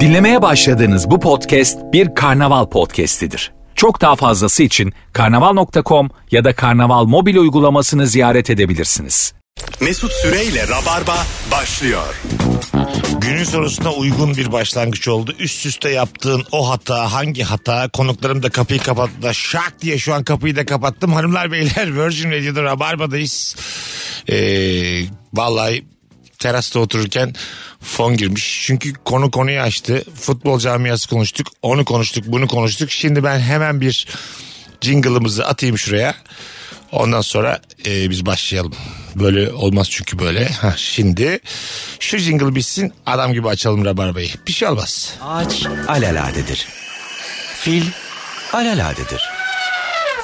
Dinlemeye başladığınız bu podcast bir karnaval podcastidir. Çok daha fazlası için karnaval.com ya da karnaval mobil uygulamasını ziyaret edebilirsiniz. Mesut Süreyle Rabarba başlıyor. Günün sorusuna uygun bir başlangıç oldu. Üst üste yaptığın o hata hangi hata? Konuklarım da kapıyı kapattı da şak diye şu an kapıyı da kapattım. Hanımlar beyler Virgin Radio'da Rabarba'dayız. Ee, vallahi terasta otururken fon girmiş. Çünkü konu konuyu açtı. Futbol camiası konuştuk. Onu konuştuk bunu konuştuk. Şimdi ben hemen bir jingle'ımızı atayım şuraya. Ondan sonra e, biz başlayalım. Böyle olmaz çünkü böyle. Ha, şimdi şu jingle bitsin adam gibi açalım Rabarba'yı. Bir şey olmaz. Ağaç alaladedir. Fil alaladedir.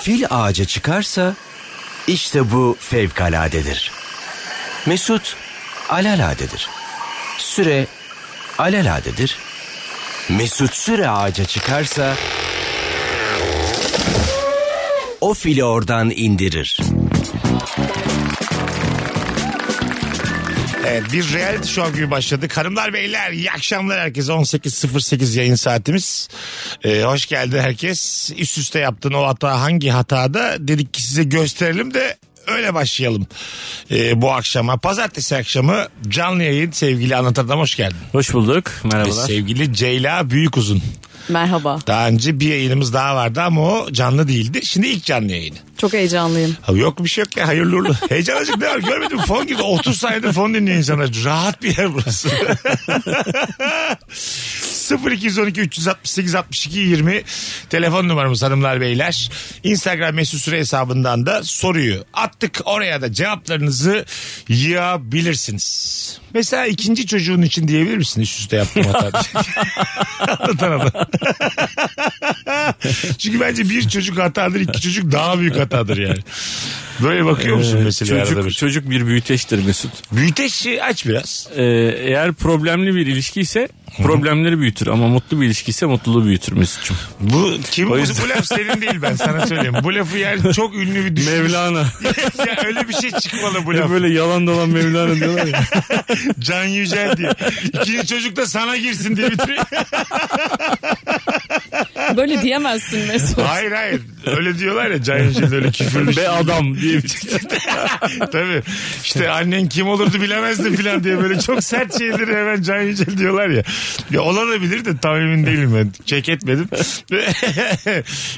Fil ağaca çıkarsa işte bu fevkaladedir. Mesut alaladedir. Süre alaladedir. Mesut süre ağaca çıkarsa o fili oradan indirir. Evet, bir reality show gibi başladık. Hanımlar beyler iyi akşamlar herkese. 18.08 yayın saatimiz. Ee, hoş geldi herkes. Üst üste yaptığın o hata hangi hatada dedik ki size gösterelim de öyle başlayalım Ee, bu akşama. Pazartesi akşamı canlı yayın sevgili anlatan adam hoş geldin. Hoş bulduk. Ve Merhabalar. sevgili Ceyla Büyükuzun. Merhaba. Daha önce bir yayınımız daha vardı ama o canlı değildi. Şimdi ilk canlı yayını. Çok heyecanlıyım. Ha, yok bir şey yok ya hayırlı uğurlu. Heyecan azıcık ne var görmedim fon gibi 30 saniyede fon dinliyor insanlar. Rahat bir yer burası. 0212 368 62 20 telefon numaramız hanımlar beyler. Instagram mesut süre hesabından da soruyu attık. Oraya da cevaplarınızı yığabilirsiniz. Mesela ikinci çocuğun için diyebilir misin? Üst üste yaptım hata. Anlatan adam. Çünkü bence bir çocuk hatadır, iki çocuk daha büyük hatadır yani. Böyle bakıyor musun mesela arada Ee, Çocuk, bir? çocuk bir büyüteçtir Mesut. Büyüteçi aç biraz. Ee, eğer problemli bir ilişki ise problemleri büyütür ama mutlu bir ilişki ise mutluluğu büyütür Mesut'cum. Bu kim bu, O yüzden- bu laf senin değil ben sana söyleyeyim. Bu lafı yani çok ünlü bir düşünür. Mevlana. ya öyle bir şey çıkmalı bu Hep laf. şey- böyle yalan dolan Mevlana diyorlar ya. Can Yücel diye. İkinci çocuk da sana girsin diye bitiriyor. Böyle diyemezsin Mesut. hayır hayır. Öyle diyorlar ya Can Yücel öyle küfürlü. Be adam diye bir şey. Tabii. İşte annen kim olurdu bilemezdim falan diye böyle çok sert şeyleri hemen Can Yücel diyorlar ya. Ya olabilir de tam emin değilim ben. Çek etmedim.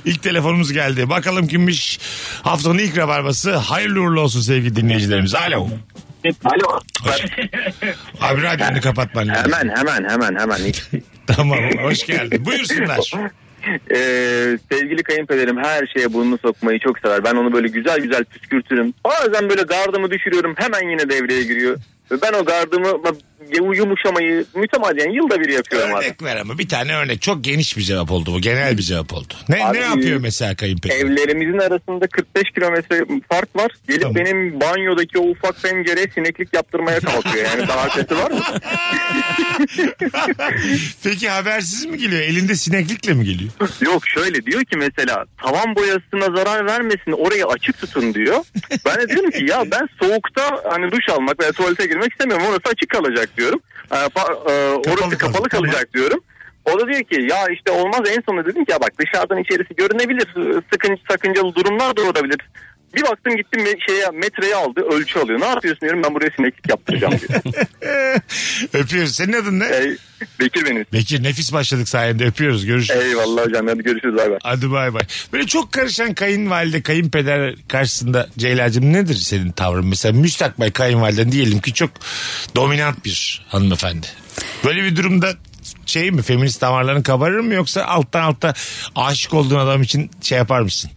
ilk telefonumuz geldi. Bakalım kimmiş haftanın ilk rabarbası. Hayırlı uğurlu olsun sevgili dinleyicilerimiz. Alo. Alo. Abi radyonu kapatman lazım. Hemen hemen hemen hemen. Tamam hoş geldin. Buyursunlar. Ee, sevgili kayınpederim her şeye burnunu sokmayı çok sever. Ben onu böyle güzel güzel püskürtürüm. Bazen böyle gardımı düşürüyorum hemen yine devreye giriyor. Ve Ben o gardımı yumuşamayı mütemadiyen yılda bir yapıyorum abi. Örnek ver ama bir tane örnek. Çok geniş bir cevap oldu bu. Genel bir cevap oldu. Ne, Abi, ne yapıyor mesela kayınpeder? Evlerimizin arasında 45 kilometre fark var. Gelip Tamam. benim banyodaki o ufak pencereye sineklik yaptırmaya kalkıyor. Yani daha kötü var mı? Peki habersiz mi geliyor? Elinde sineklikle mi geliyor? Yok şöyle diyor ki mesela tavan boyasına zarar vermesin orayı açık tutun diyor. Ben de diyorum ki ya ben soğukta hani duş almak veya tuvalete girmek istemiyorum orası açık kalacak diyorum. Ee, pa- e, orası Kapalı kapalı, kalacak, kalacak diyorum. O da diyor ki ya işte olmaz en sonunda dedim ki ya bak dışarıdan içerisi görünebilir Sıkın, sakıncalı durumlar da olabilir. Bir baktım gittim me- şeye metreye aldı ölçü alıyor. Ne yapıyorsun diyorum ben buraya sineklik yaptıracağım diyor. Öpüyoruz. Senin adın ne? Ey, Bekir benim. Bekir nefis başladık sayende öpüyoruz. Görüşürüz. Eyvallah hocam hadi görüşürüz abi. Hadi bay bay. Böyle çok karışan kayınvalide, kayınpeder karşısında Ceyla'cığım nedir senin tavrın? Mesela müstakbel kayınvaliden diyelim ki çok dominant bir hanımefendi. Böyle bir durumda şey mi feminist damarların kabarır mı yoksa alttan alta aşık olduğun adam için şey yapar mısın?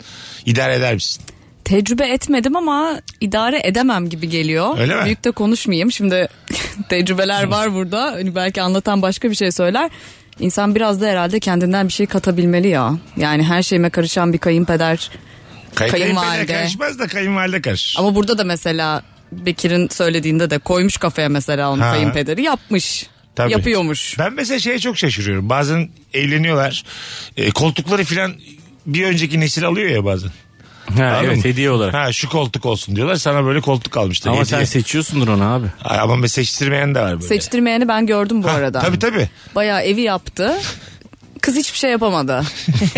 İdare eder misin? Tecrübe etmedim ama idare edemem gibi geliyor. Öyle mi? Büyük de konuşmayayım. Şimdi tecrübeler var burada. Hani belki anlatan başka bir şey söyler. İnsan biraz da herhalde kendinden bir şey katabilmeli ya. Yani her şeyime karışan bir kayınpeder. Kay- Kayınvalide. Kayınpeder karışmaz da kayınvalide karışır. Ama burada da mesela Bekir'in söylediğinde de koymuş kafaya mesela onun Ha. kayınpederi yapmış. Tabii. Yapıyormuş. Ben mesela şeye çok şaşırıyorum. Bazen eğleniyorlar. E, koltukları filan bir önceki nesil alıyor ya bazen. Ha, Anladın evet mı? hediye olarak. Ha şu koltuk olsun diyorlar. Sana böyle koltuk almışlar. Ama sen Hediye. seçiyorsundur onu abi. Ay, ama ben seçtirmeyen de var böyle. Seçtirmeyeni ben gördüm bu Ha, arada. Tabii tabii. Bayağı evi yaptı. Kız hiçbir şey yapamadı.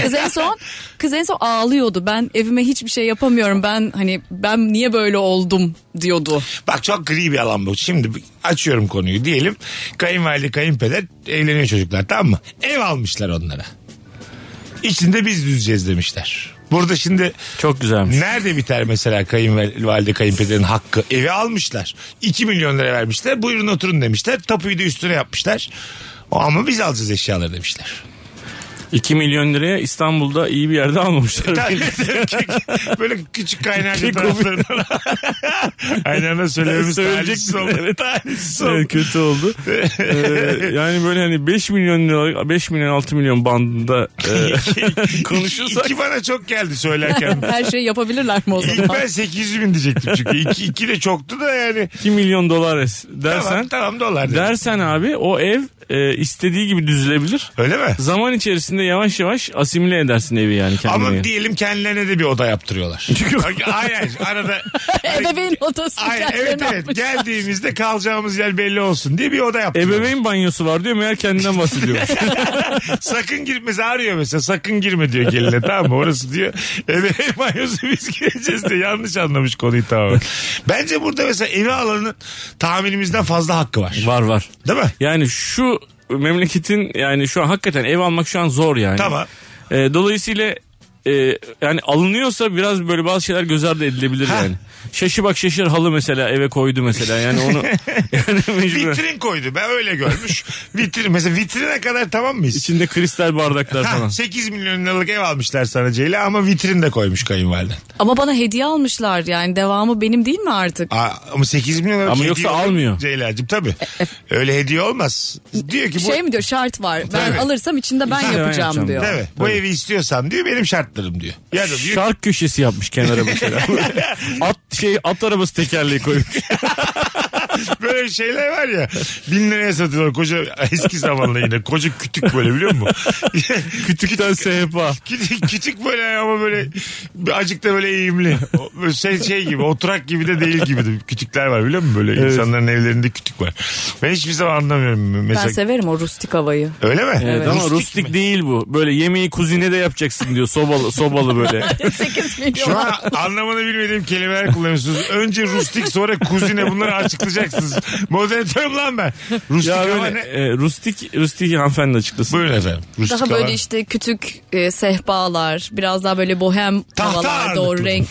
Kız en son kız en son ağlıyordu. Ben evime hiçbir şey yapamıyorum. Ben hani ben niye böyle oldum diyordu. Bak çok gri bir alan bu. Şimdi bir- açıyorum konuyu diyelim. Kayınvalide kayınpeder evleniyor çocuklar tamam mı? Ev almışlar onlara. İçinde biz düzeceğiz demişler. Burada şimdi Çok güzelmiş. nerede biter mesela kayınvalide kayınpederin hakkı? Evi almışlar. 2 milyon lira vermişler. Buyurun oturun demişler. Tapuyu da üstüne yapmışlar. O Ama biz alacağız eşyaları demişler. 2 milyon liraya İstanbul'da iyi bir yerde almamışlar. Böyle küçük kaynaklı Kek taraflarından. Aynı anda söylememiz Söyleyecek talihsiz oldu. Talihsiz oldu. Evet, kötü oldu. Ee, yani böyle hani 5 milyon lira 5 milyon 6 milyon bandında e, konuşursak İki bana çok geldi söylerken. Her şeyi yapabilirler mi o İlk zaman? ben 800 bin diyecektim çünkü. İki, iki de çoktu da yani. 2 milyon dolar es- Tamam, dersen tamam dolar dedim. dersen abi o ev e, istediği gibi düzülebilir. Öyle mi? Zaman içerisinde yavaş yavaş asimile edersin evi yani kendine. Ama diyelim kendilerine de bir oda yaptırıyorlar. Çünkü hayır hayır, arada. Ebeveyn odası Ay, kendilerine evet evet yapmış. geldiğimizde kalacağımız yer belli olsun diye bir oda yaptırıyorlar. Ebeveyn banyosu var diyor meğer kendinden bahsediyormuş. Sakın gir mesela arıyor mesela sakın girme diyor geline tamam mı orası diyor. Ebeveyn banyosu biz gireceğiz diyor. Yanlış anlamış konuyu tamamen. Bence burada mesela evi alanın tahminimizden fazla hakkı var. var var. Değil mi? Yani şu memleketin yani şu an hakikaten ev almak şu an zor yani. Tamam. E, dolayısıyla e, yani alınıyorsa biraz böyle bazı şeyler göz ardı edilebilir yani. Şaşı bak şaşır halı mesela eve koydu mesela yani onu yani mecbur. Vitrin koydu ben öyle görmüş. Vitrin mesela vitrine kadar tamam mıyız? İçinde kristal bardaklar Ha, falan. 8 milyon liralık ev almışlar sana Ceyla ama vitrin de koymuş kayınvaliden. Ama bana hediye almışlar yani devamı benim değil mi artık? Aa, ama 8 milyon liralık Ama hediye yoksa olur mu almıyor. Ceyla'cığım tabii. Öyle hediye olmaz. Diyor ki bu... E, Şey mi diyor şart var. Ben Tabii. alırsam içinde ben yapacağım yapacağım. diyor. Tabii. Bu evi istiyorsan diyor benim şartlarım diyor. Ya da diyor Şark köşesi yapmış kenara mesela. at şey at arabası tekerleği koymuş. Böyle şeyler var ya. Bin liraya satıyorlar koca eski zamanla yine. Koca kütük böyle biliyor musun? Kütükten sehpa. kütük, kütük böyle ama böyle azıcık da böyle eğimli. O- Böyle şey, şey gibi oturak gibi de değil gibi de kütükler var biliyor musun? Böyle insanların evlerinde kütük var. Ben hiçbir zaman anlamıyorum. Ben Mesela severim o rustik havayı. öyle mi? Evet, ama rustik, mi? değil bu. Böyle yemeği kuzine de yapacaksın diyor. Sobalı sobalı böyle. 8 milyon. Şu an anlamını bilmediğim kelimeler kullanıyorsunuz. Önce rustik sonra kuzine bunları açıklayacaksınız. Moderatörüm lan ben. Rustik ya ama böyle ne? e, rustik rustik hanımefendi açıklasın. Buyurun efendim. Rustik Daha ama- böyle işte kütük e, sehpalar, biraz daha böyle bohem Tahta havalar, doğru ağırlıklı. renk,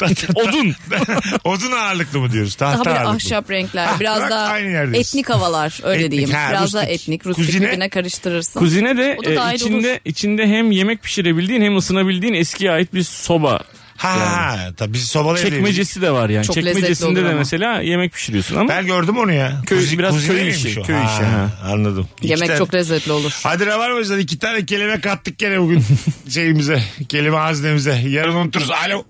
Odun. Odun ağırlıklı mı diyoruz? Tahta daha böyle ağırlıklı. ahşap renkler, Ha, biraz bak, daha aynı yerdeyiz. etnik havalar öyle Etnik, diyeyim. ha, biraz daha rustik. etnik, rustik Kuzine- birbirine karıştırırsın. Kuzine de O da e, dahil içinde olur. içinde hem yemek pişirebildiğin hem ısınabildiğin eskiye ait bir soba. Ha, tabii biz sobalı evdeyiz. Çekmecesi de var yani. Çok lezzetli Çekmecesinde olur de ama. mesela yemek pişiriyorsun ama Ben gördüm onu ya. Köy- Kuzi- biraz köy kuzineymiş işi, o. köy işi, ha. Anladım. İki Yemek tane- çok lezzetli olur. Hadi ne var mı yüzden? iki tane kelime kattık gene bugün şeyimize, kelime haznemize. Yarın unuturuz. Alo.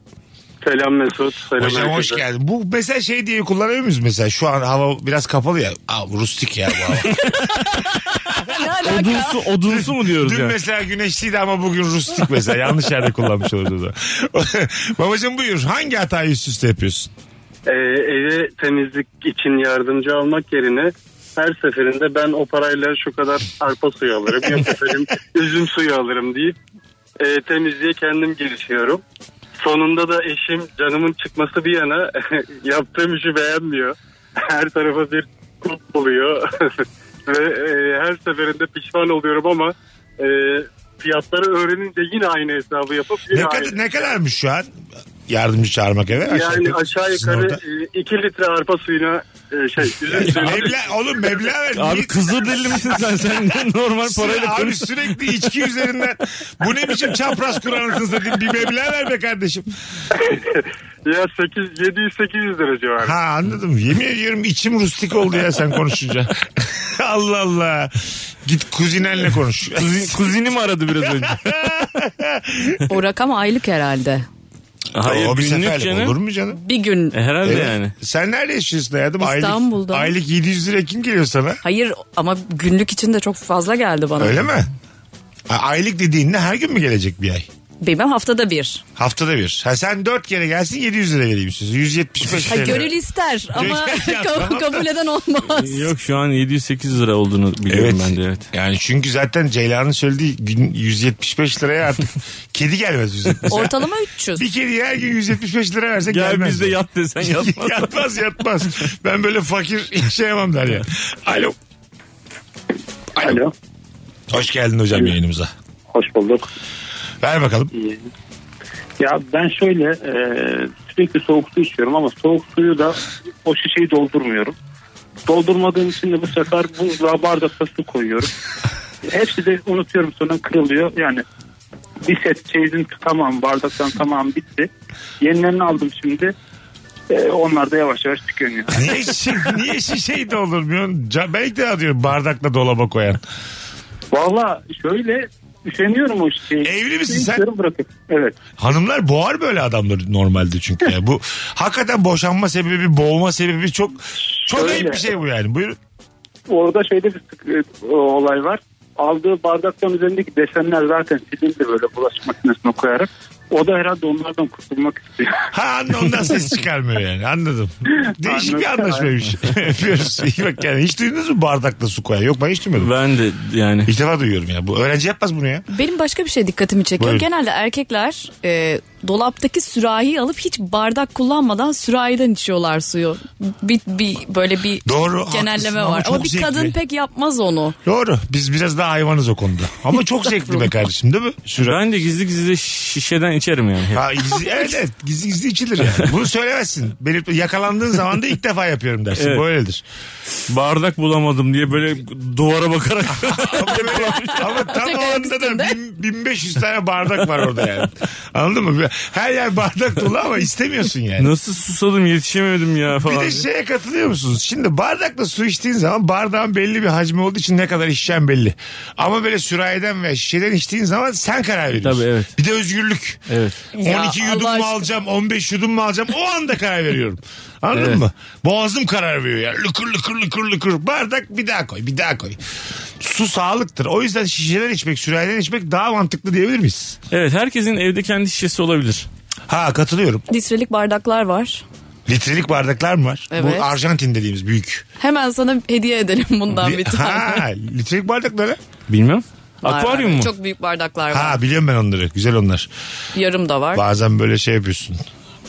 Selam Mesut. Selam Hocam hoş herkese. geldin. Bu mesela şey diye kullanıyor muyuz mesela? Şu an hava biraz kapalı ya. Aa, rustik ya bu hava. Ne alaka? odunsu odunsu mu diyoruz Dün yani? mesela güneşliydi ama bugün rustik mesela. Yanlış yerde kullanmış olurdu da. Babacım buyur. Hangi hatayı üst üste yapıyorsun? Ee, eve temizlik için yardımcı almak yerine her seferinde ben o parayla şu kadar arpa suyu alırım ya seferim üzüm suyu alırım deyip e, temizliğe kendim girişiyorum. Sonunda da eşim canımın çıkması bir yana yaptığım işi beğenmiyor. Her tarafa bir kulp buluyor ve e, her seferinde pişman oluyorum ama e, fiyatları öğrenince yine aynı hesabı yapıp yine Ne, aynı. kadar, ne kadarmış şu an? Yardımcı çağırmak eve. Yani aşağı şey Sizin yukarı orada. 2 litre arpa suyuna e, şey üzüm suyuna Meblağ, oğlum meblağ ver. Abi Niye- kızır deli misin sen? Sen normal parayla Abi konuş. sürekli içki üzerinden bu ne biçim çapraz kurarsınız dedim. Bir meblağ ver be kardeşim. ya 8 7 800 lira civarı. Ha anladım. Yemin ediyorum içim rustik oldu ya sen konuşunca. Allah Allah. Git kuzinenle konuş. Kuzi- Kuzinim aradı biraz önce. O rakam aylık herhalde. Hayır, o bir günlük seferlik canım. olur mu canım? Bir gün. Eh. E, herhalde Evet. yani. Sen nerede yaşıyorsun hayatım? İstanbul'da. Aylık, aylık 700 lira kim geliyor sana? Hayır ama günlük için de çok fazla geldi bana. Öyle mi? A- Aylık dediğin ne? Her gün mü gelecek bir ay? Bilmem haftada bir. Haftada bir. Ha sen dört kere gelsin 700 lira vereyim size. 175 Ha, lira. gönül ister ama Şey- Ya, kab- tamam da. kabul eden olmaz. Yok şu an 708 lira olduğunu Evet. biliyorum ben de evet. Yani çünkü zaten Ceylan'ın söylediği gün 175 liraya artık kedi gelmez 175. Ortalama 300. bir kediye her gün 175 lira versek Gel gelmez. bizde yat desen yatmaz. yatmaz yatmaz. Ben böyle fakir yaşayamam der ya. Alo. Alo. Hoş geldin hocam yayınımıza. Hoş bulduk. Ver bakalım. Ya ben şöyle e, sürekli soğuk su içiyorum ama soğuk suyu da o şişeyi doldurmuyorum. Doldurmadığım için de bu sefer buzluğa bardakta su koyuyorum. Hepsi de unutuyorum sonra kırılıyor. Yani bir set çeyizin tamam bardaktan tamam bitti. Yenilerini aldım şimdi. E, onlar da yavaş yavaş tükeniyor. Niye, şi, niye şey şişeyi doldurmuyorsun? Ca- Belki de diyor bardakla dolaba koyan. Valla şöyle üşeniyorum o şişeyi. Evli misin sen? İçiyorum, bırakıyorum. Evet. Hanımlar boğar böyle adamları normalde çünkü. Yani bu hakikaten boşanma sebebi, boğma sebebi çok çok Öyle. ayıp bir şey bu yani. Buyurun. orada şeyde bir sık- e, olay var. Aldığı bardaktan üzerindeki desenler zaten silindi böyle bulaşık makinesine koyarak. O da herhalde onlardan kurtulmak istiyor. Ha anla ondan ses çıkarmıyor yani anladım. Değişik bir Anladım. anlaşmaymış. Öpüyoruz. İyi bak yani hiç duydunuz mu bardakla su koyan? Yok ben hiç duymadım. Ben de yani. İlk defa duyuyorum ya. Bu öğrenci yapmaz bunu ya. Benim başka bir şey dikkatimi çekiyor. Buyurun. Genelde erkekler e, dolaptaki sürahiyi alıp hiç bardak kullanmadan sürahiden içiyorlar suyu. Bir, bir böyle bir Doğru, haklısın genelleme ama var. çok Ama bir zevkli. kadın pek yapmaz onu. Doğru. Biz biraz daha hayvanız o konuda. Ama çok zevkli be kardeşim değil mi? Süre. Ben de gizli gizli şişeden içerim yani. Ha, gizli, evet, evet gizli gizli içilir yani. Bunu söylemezsin. Belirt, yakalandığın zaman da ilk defa yapıyorum dersin. Evet. Böyledir. Bardak bulamadım diye böyle duvara bakarak. Ama, böyle- ama tam o anda da bin- 1500 tane bardak var orada yani. Anladın mı? Her yer bardak dolu ama istemiyorsun yani. Nasıl susadım yetişemedim ya Bir falan. de şey- şeye katılıyor musunuz? Şimdi bardakla su içtiğin zaman bardağın belli bir hacmi olduğu için ne kadar içeceğin belli. Ama böyle sürahiden ve şişeden içtiğin zaman sen karar veriyorsun. Tabii, evet. Bir de özgürlük. Evet. 12 Ya yudum mu Allah aşkına. alacağım, 15 yudum mu alacağım o anda karar veriyorum. Anladın Evet. mı? Boğazım karar veriyor yani. Lıkır lıkır lıkır lıkır. Bardak bir daha koy, bir daha koy. Su sağlıktır. O yüzden şişeden içmek, sürahiden içmek daha mantıklı diyebilir miyiz? Evet herkesin evde kendi şişesi olabilir. Ha katılıyorum. Litrelik bardaklar var. Litrelik bardaklar mı var? Evet. Bu Arjantin dediğimiz büyük. Hemen sana hediye edelim bundan bir tane. Ha, litrelik bardaklara. Bilmem. Var, Akvaryum var. mu? Çok büyük bardaklar var. Ha biliyorum ben onları. Güzel onlar. Yarım da var. Bazen böyle şey yapıyorsun.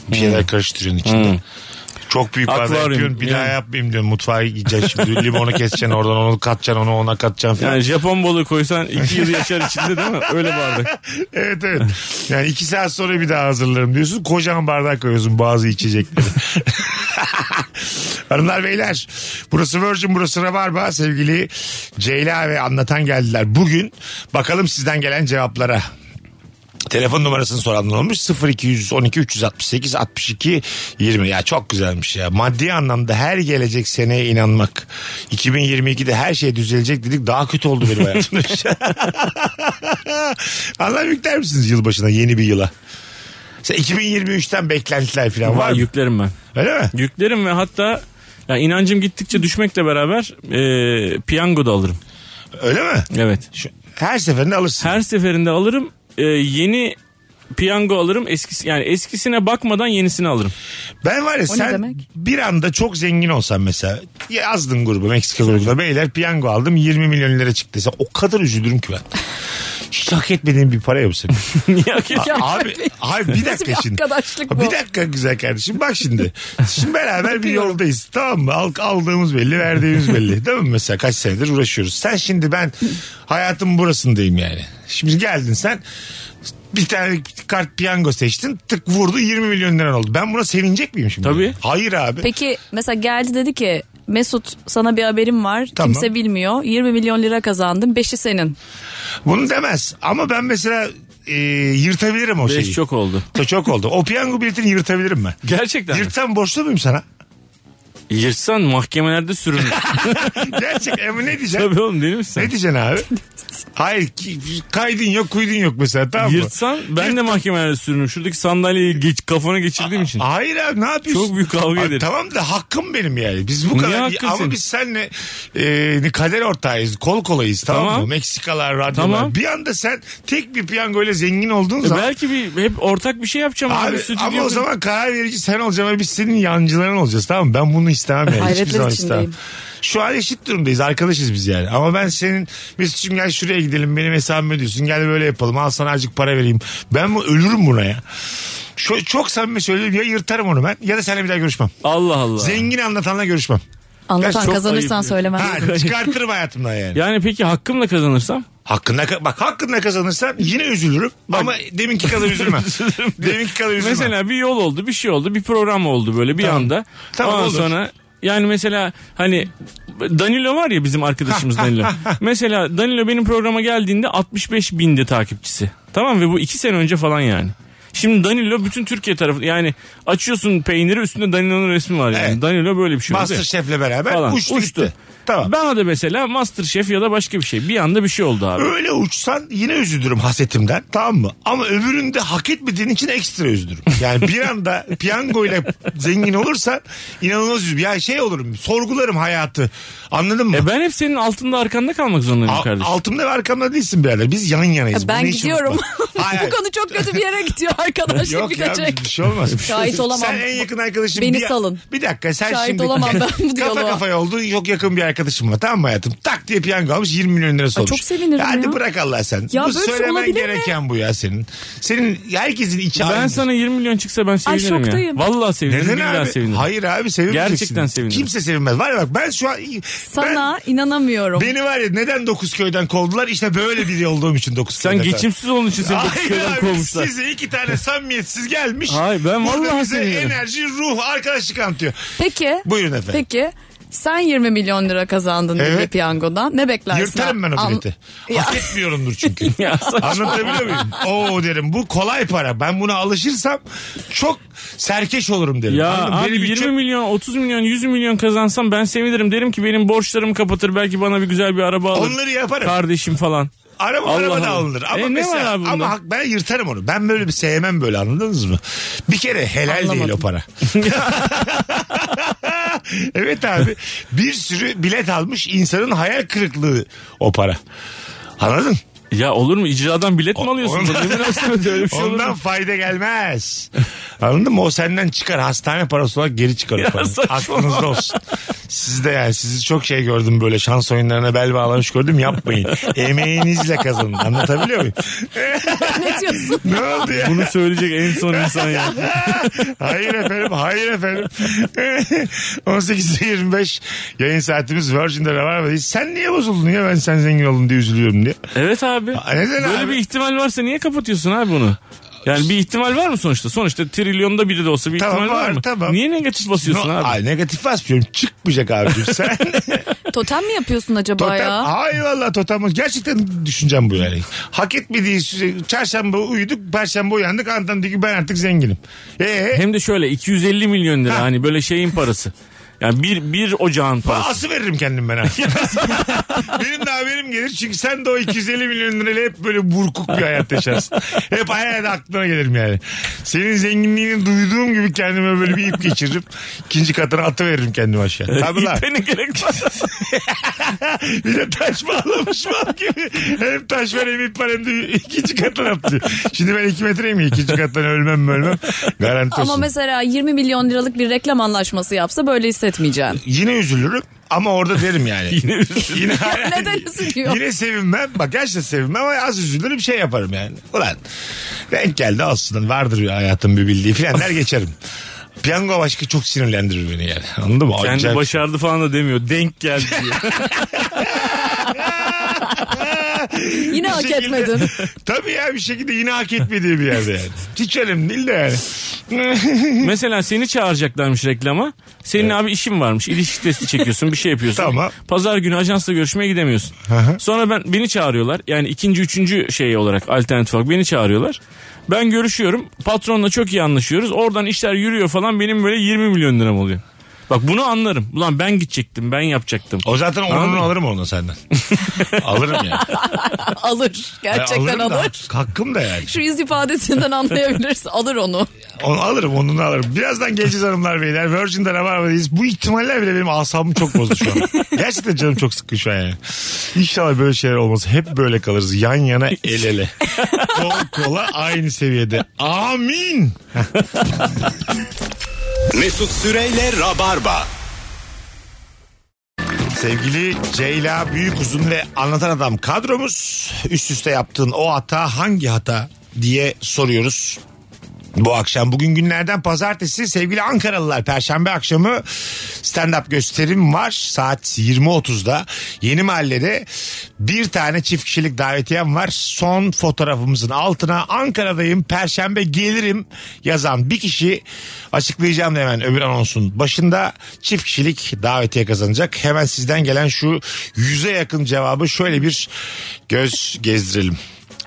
Bir şeyler karıştırıyorsun içinde. Çok büyük bardak Hmm. Akvaryum, yapıyorsun. Bir daha yani. yapmayayım diyorsun. Mutfağa gideceksin şimdi. Limonu keseceksin oradan onu katacaksın onu ona katacaksın falan. Yani Japon balığı koysan iki yıl yaşar içinde değil mi? Öyle bardak. evet evet. Yani iki saat sonra bir daha hazırlarım diyorsun. Kocaman bardak koyuyorsun bazı içecekleri. Hanımlar beyler burası Virgin burası Rabarba sevgili Ceyla ve anlatan geldiler. Bugün bakalım sizden gelen cevaplara. Telefon numarasını soranlar olmuş 0212 368 62 20 ya çok güzelmiş ya maddi anlamda her gelecek seneye inanmak 2022'de her şey düzelecek dedik daha kötü oldu benim hayatım demiş. Anlam yükler misiniz yılbaşına yeni bir yıla? Sen 2023'ten beklentiler falan var Var mı? yüklerim ben. Öyle mi? Yüklerim ve hatta ya inancım gittikçe düşmekle beraber e, piyango da alırım. Öyle mi? Evet. Şu- her seferinde alırsın. Her seferinde alırım. e, yeni piyango alırım. Eskisi yani eskisine bakmadan yenisini alırım. Ben var ya O ne sen demek? bir anda çok zengin olsan mesela yazdın grubu Meksika grubuna beyler piyango aldım 20 milyon lira çıktı desen o kadar üzülürüm ki ben. Hiç hak etmediğim bir para ya bu senin. Niye ki? Abi, hayır bir Nasıl dakika bir şimdi. arkadaşlık Bir bu? dakika güzel kardeşim bak şimdi. Şimdi beraber bir yoldayız tamam mı? Al- aldığımız belli verdiğimiz belli. Değil mi mesela kaç senedir uğraşıyoruz. Sen şimdi ben hayatım burasındayım yani. Şimdi geldin sen bir tane kart piyango seçtin tık vurdu 20 milyon lira oldu. Ben buna sevinecek miyim şimdi? Tabii. Hayır abi. Peki mesela geldi dedi ki Mesut sana bir haberim var. Tamam. Kimse bilmiyor. 20 milyon lira kazandım. 5'i senin. Bunu demez ama ben mesela e, yırtabilirim o şeyi. Beş çok oldu. Çok oldu. O piyango biletini yırtabilirim ben. Gerçekten mi? Yırtsam borçlu muyum sana? Yırtsan mahkemelerde sürünür. Gerçek ama ne diyeceksin? Tabii oğlum değil misin? ne diyeceksin abi? Hayır ki- kaydın yok kuydun yok mesela tamam mı? Yırtsan ben de mahkemelerde sürünürüm. Şuradaki sandalyeyi geç, kafana geçirdiğim için. Hayır abi ne yapıyorsun? Çok büyük kavga Abi ederim. Tamam da hakkım benim yani. Biz bu Niye kadar hakkın ama senin? biz senle e, kader ortağıyız. Kol kolayız tamam, Tamam. mı? Meksikalar, radyolar. Tamam. Bir anda sen tek bir piyangoyla zengin olduğun E zaman belki bir hep ortak bir şey yapacağım abi. Abi, stüdyo- ama o zaman karar verici sen olacaksın ve biz senin yancıların olacağız tamam mı? Ben bunu istemem yani. Hiçbir Hayretler zaman içindeyim. istemem. Şu an eşit durumdayız arkadaşız biz yani. Ama ben senin Mesut'cum gel şuraya gidelim benim hesabımı ödüyorsun gel böyle yapalım al sana azıcık para vereyim. Ben bu ölürüm buna ya. Şu, çok samimi söylüyorum ya yırtarım onu ben ya da seninle bir daha görüşmem. Allah Allah. Zengin anlatanla görüşmem. Gerçi Anlatan çok kazanırsan ayıp. söylemezsin. Ha, çıkartırım hayatımdan yani. Yani peki hakkımla kazanırsam? Hakkında ka- bak hakkında kazanırsan yine üzülürüm ama deminki kadar üzülmem. deminki kadar üzülmem. Mesela bir yol oldu, bir şey oldu, bir program oldu böyle bir Tamam. anda. Tamam, Ondan olur. sonra yani mesela hani Danilo var ya bizim arkadaşımız Danilo. mesela Danilo benim programa geldiğinde 65 bindi takipçisi. Tamam ve bu iki sene önce falan yani. Şimdi Danilo bütün Türkiye tarafı yani açıyorsun peyniri üstünde Danilo'nun resmi var yani. Evet. Danilo böyle bir şey oldu. ya. Masterchef'le beraber Falan, uçtu, uçtu. gitti. Tamam. Bana da mesela Masterchef ya da başka bir şey. Bir anda bir şey oldu abi. Öyle uçsan yine üzülürüm hasetimden tamam mı? Ama öbüründe hak etmediğin için ekstra üzülürüm. Yani bir anda piyangoyla zengin olursan inanılmaz üzülürüm. Yani şey olurum sorgularım hayatı anladın mı? E ben hep senin altında arkanda kalmak zorundayım A- kardeşim. altımda ve arkamda değilsin birader. Biz yan yanayız. Ya E ben Bunu hiç gidiyorum. unutma. Hayır, Bu hayır. konu çok kötü bir yere gidiyor arkadaşlar. Yok ya birkaç ay. bir şey olmaz. Şahit olamam. Sen en yakın arkadaşın. Beni bir, salın. Bir dakika sen Şahit şimdi. olamam ben bu Kafa diyaloğa. kafaya oldu. Çok yakın bir arkadaşım var tamam mı hayatım? Tak diye piyango almış 20 milyon lirası Ay, olmuş. çok sevinirim Hadi ya. bırak Allah sen. Ya bu böyle bir şey söylemen olabilir mi? gereken bu ya senin. Senin herkesin içi Ben aynı. sana 20 milyon çıksa ben Ay, sevinirim ya. şoktayım. Vallahi sevinirim. Neden billahi abi? sevinirim. Hayır abi sevinmeyeceksin. Gerçekten sevinirim. Kimse sevinmez. Var ya bak ben şu an... Sana inanamıyorum. Ben, beni var ya neden dokuz köyden kovdular? İşte böyle biri olduğum için dokuz Sen köyden. geçimsiz olduğun için seni dokuz Hayır köyden abi kovmuşlar. size iki tane samimiyetsiz gelmiş. Hayır, ben Burada vallahi bize sevinirim. enerji, ruh, arkadaşlık anlatıyor. Peki. Buyurun efendim. Peki. Sen 20 milyon lira kazandın Evet. milli piyangodan. Ne beklersin? Yırtarım ben o An- bileti. Ya. Hak etmiyorumdur çünkü. Ya saçma. Anlatabiliyor muyum? Oo derim bu kolay para. Ben buna alışırsam çok serkeş olurum derim. Ya Anladın mı? abi Beni bir 20 çöp- milyon, 30 milyon, 100 milyon kazansam ben sevinirim. Derim ki benim borçlarımı kapatır. Belki bana bir güzel bir araba alır. Onları yaparım. Kardeşim falan. Araba Allah araba da Allah. alınır. Ama E, ne mesela, var abi bunda? ama hak, ben yırtarım onu. Ben böyle bir sevmem böyle anladınız mı? Bir kere helal değil o para. evet abi. Bir sürü bilet almış insanın hayal kırıklığı o para. Anladın? Ya olur mu? İcradan bilet mi O- alıyorsun? ondan- Yemin olsun öyle bir şey olur Ondan mu? fayda gelmez. Anladın mı? O senden çıkar. Hastane parası olarak geri çıkar o paranın. saçma. Aklınızda olsun. Siz de yani sizi çok şey gördüm böyle şans oyunlarına bel bağlamış gördüm. Yapmayın. Emeğinizle kazanın. Anlatabiliyor muyum? ne diyorsun? ne oldu ya? Bunu söyleyecek en son insan ya. hayır efendim, hayır efendim. 18.25 yayın saatimiz Virgin'de ne var Sen niye bozuldun ya ben sen zengin oldun diye üzülüyorum diye. Evet abi. Aa, neden Böyle abi? bir ihtimal varsa niye kapatıyorsun abi bunu? Yani bir ihtimal var mı sonuçta? Sonuçta trilyonda biri de olsa bir Tamam, ihtimal var, var, mı? tamam. Niye negatif basıyorsun No, abi? Ay, negatif basmıyorum. Çıkmayacak abicim sen. Totem mi yapıyorsun acaba Totem, ya? hayır valla totem. Gerçekten düşüncem bu yani. Hak etmediği süre- çarşamba uyuduk, perşembe uyandık. Antam diyor ki ben artık zenginim. Ee, Hem de şöyle 250 milyon lira Ha. hani böyle şeyin parası. Yani bir, bir ocağın parası. Ası veririm kendim ben. ha. Benim de haberim gelir. Çünkü sen de o 250 milyon lirayla hep böyle burkuk bir hayat yaşarsın. Hep hayal aklına gelirim yani. Senin zenginliğini duyduğum gibi kendime böyle bir ip geçiririm. İkinci katına atı veririm kendimi aşağı. Tabii lan. İpene gerek var. Bir de taş bağlamış mal gibi. Hem taş var hem ip var hem de ikinci katına atlıyor. Şimdi ben iki metreyim ya. İkinci kattan ölmem mi ölmem. Garanti Ama olsun. mesela 20 milyon liralık bir reklam anlaşması yapsa böyle hissetmeyeceğim. Yine üzülürüm ama orada derim yani. yine üzülürüm. Yine, Neden üzülüyor? Yine sevinmem. Bak gerçekten sevinmem ama az üzülürüm şey yaparım yani. Ulan denk geldi aslında vardır bir hayatın bir bildiği filan der geçerim. Piyango başka çok sinirlendirir beni yani. Anladın mı? Kendi Acayip. başardı falan da demiyor. Denk geldi diyor. Yine Bir hak şekilde- etmedin. Tabii ya bir şekilde yine hak etmediği bir yerde yani. Hiç önemli değil de yani. Mesela seni çağıracaklarmış reklama. Senin abi işin varmış. İlişki testi çekiyorsun bir şey yapıyorsun. Tamam. Pazar günü ajansla görüşmeye gidemiyorsun. Sonra ben beni çağırıyorlar. Yani ikinci üçüncü şey olarak alternatif olarak beni çağırıyorlar. Ben görüşüyorum. Patronla çok iyi anlaşıyoruz. Oradan işler yürüyor falan benim böyle 20 milyon liram oluyor. Bak bunu anlarım. Ulan ben gidecektim, ben yapacaktım. O zaten Anladın onurunu mı? alırım onu senden. alırım ya. Alır. Gerçekten alırım da, alır. hakkım da yani. Şu yüz ifadesinden anlayabilirsin. Alır onu. Onu alırım, onunu alırım. Birazdan geleceğiz hanımlar beyler. Virgin'de Rabarba'dayız. Bu ihtimaller bile benim asabımı çok bozdu şu an. Gerçekten canım çok sıkkın şu an yani. İnşallah böyle şeyler olmaz. Hep böyle kalırız. Yan yana el ele. Kol kola aynı seviyede. Amin. Mesut Süreyle Rabarba. Sevgili Ceyla Büyükuzun ve Anlatan Adam kadromuz. Üst üste yaptığın o hata hangi hata diye soruyoruz. Bu akşam bugün günlerden pazartesi sevgili Ankaralılar perşembe akşamı stand-up gösterim var saat 20.30'da yeni mahallede bir tane çift kişilik davetiyem var son fotoğrafımızın altına Ankara'dayım perşembe gelirim yazan bir kişi açıklayacağım da hemen öbür anonsun başında çift kişilik davetiye kazanacak hemen sizden gelen şu yüze yakın cevabı şöyle bir göz gezdirelim.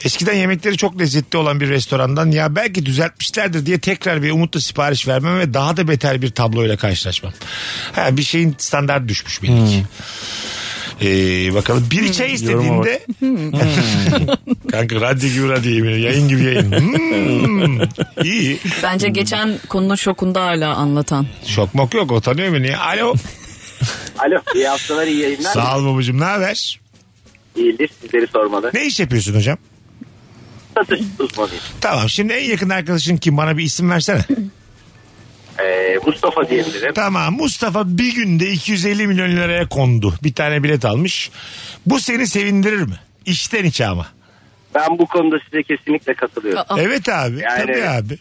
Eskiden yemekleri çok lezzetli olan bir restorandan ya belki düzeltmişlerdir diye tekrar bir umutla sipariş vermem ve daha da beter bir tabloyla karşılaşmam. Ha, bir şeyin standart düşmüş belli ki. Ee, bakalım biri çay istediğinde Hmm. kanka radyo gibi radyo yemin ediyorum. yayın gibi yayın hmm. iyi Bence geçen konunun şokunda hala anlatan. şok mok yok o tanıyor beni alo Alo iyi haftalar iyi yayınlar. sağ ol babacığım ne haber İyidir sizleri sormalı. ne iş yapıyorsun hocam Satış uzmanıyım. tamam şimdi en yakın arkadaşın kim bana bir isim versene Ee, Mustafa diyebilirim. Tamam Mustafa bir günde 250 milyon liraya kondu. Bir tane bilet almış. Bu seni sevindirir mi? İşten içe ama. Ben bu konuda size kesinlikle katılıyorum. Aa. Evet abi. Yani- Tabii abi.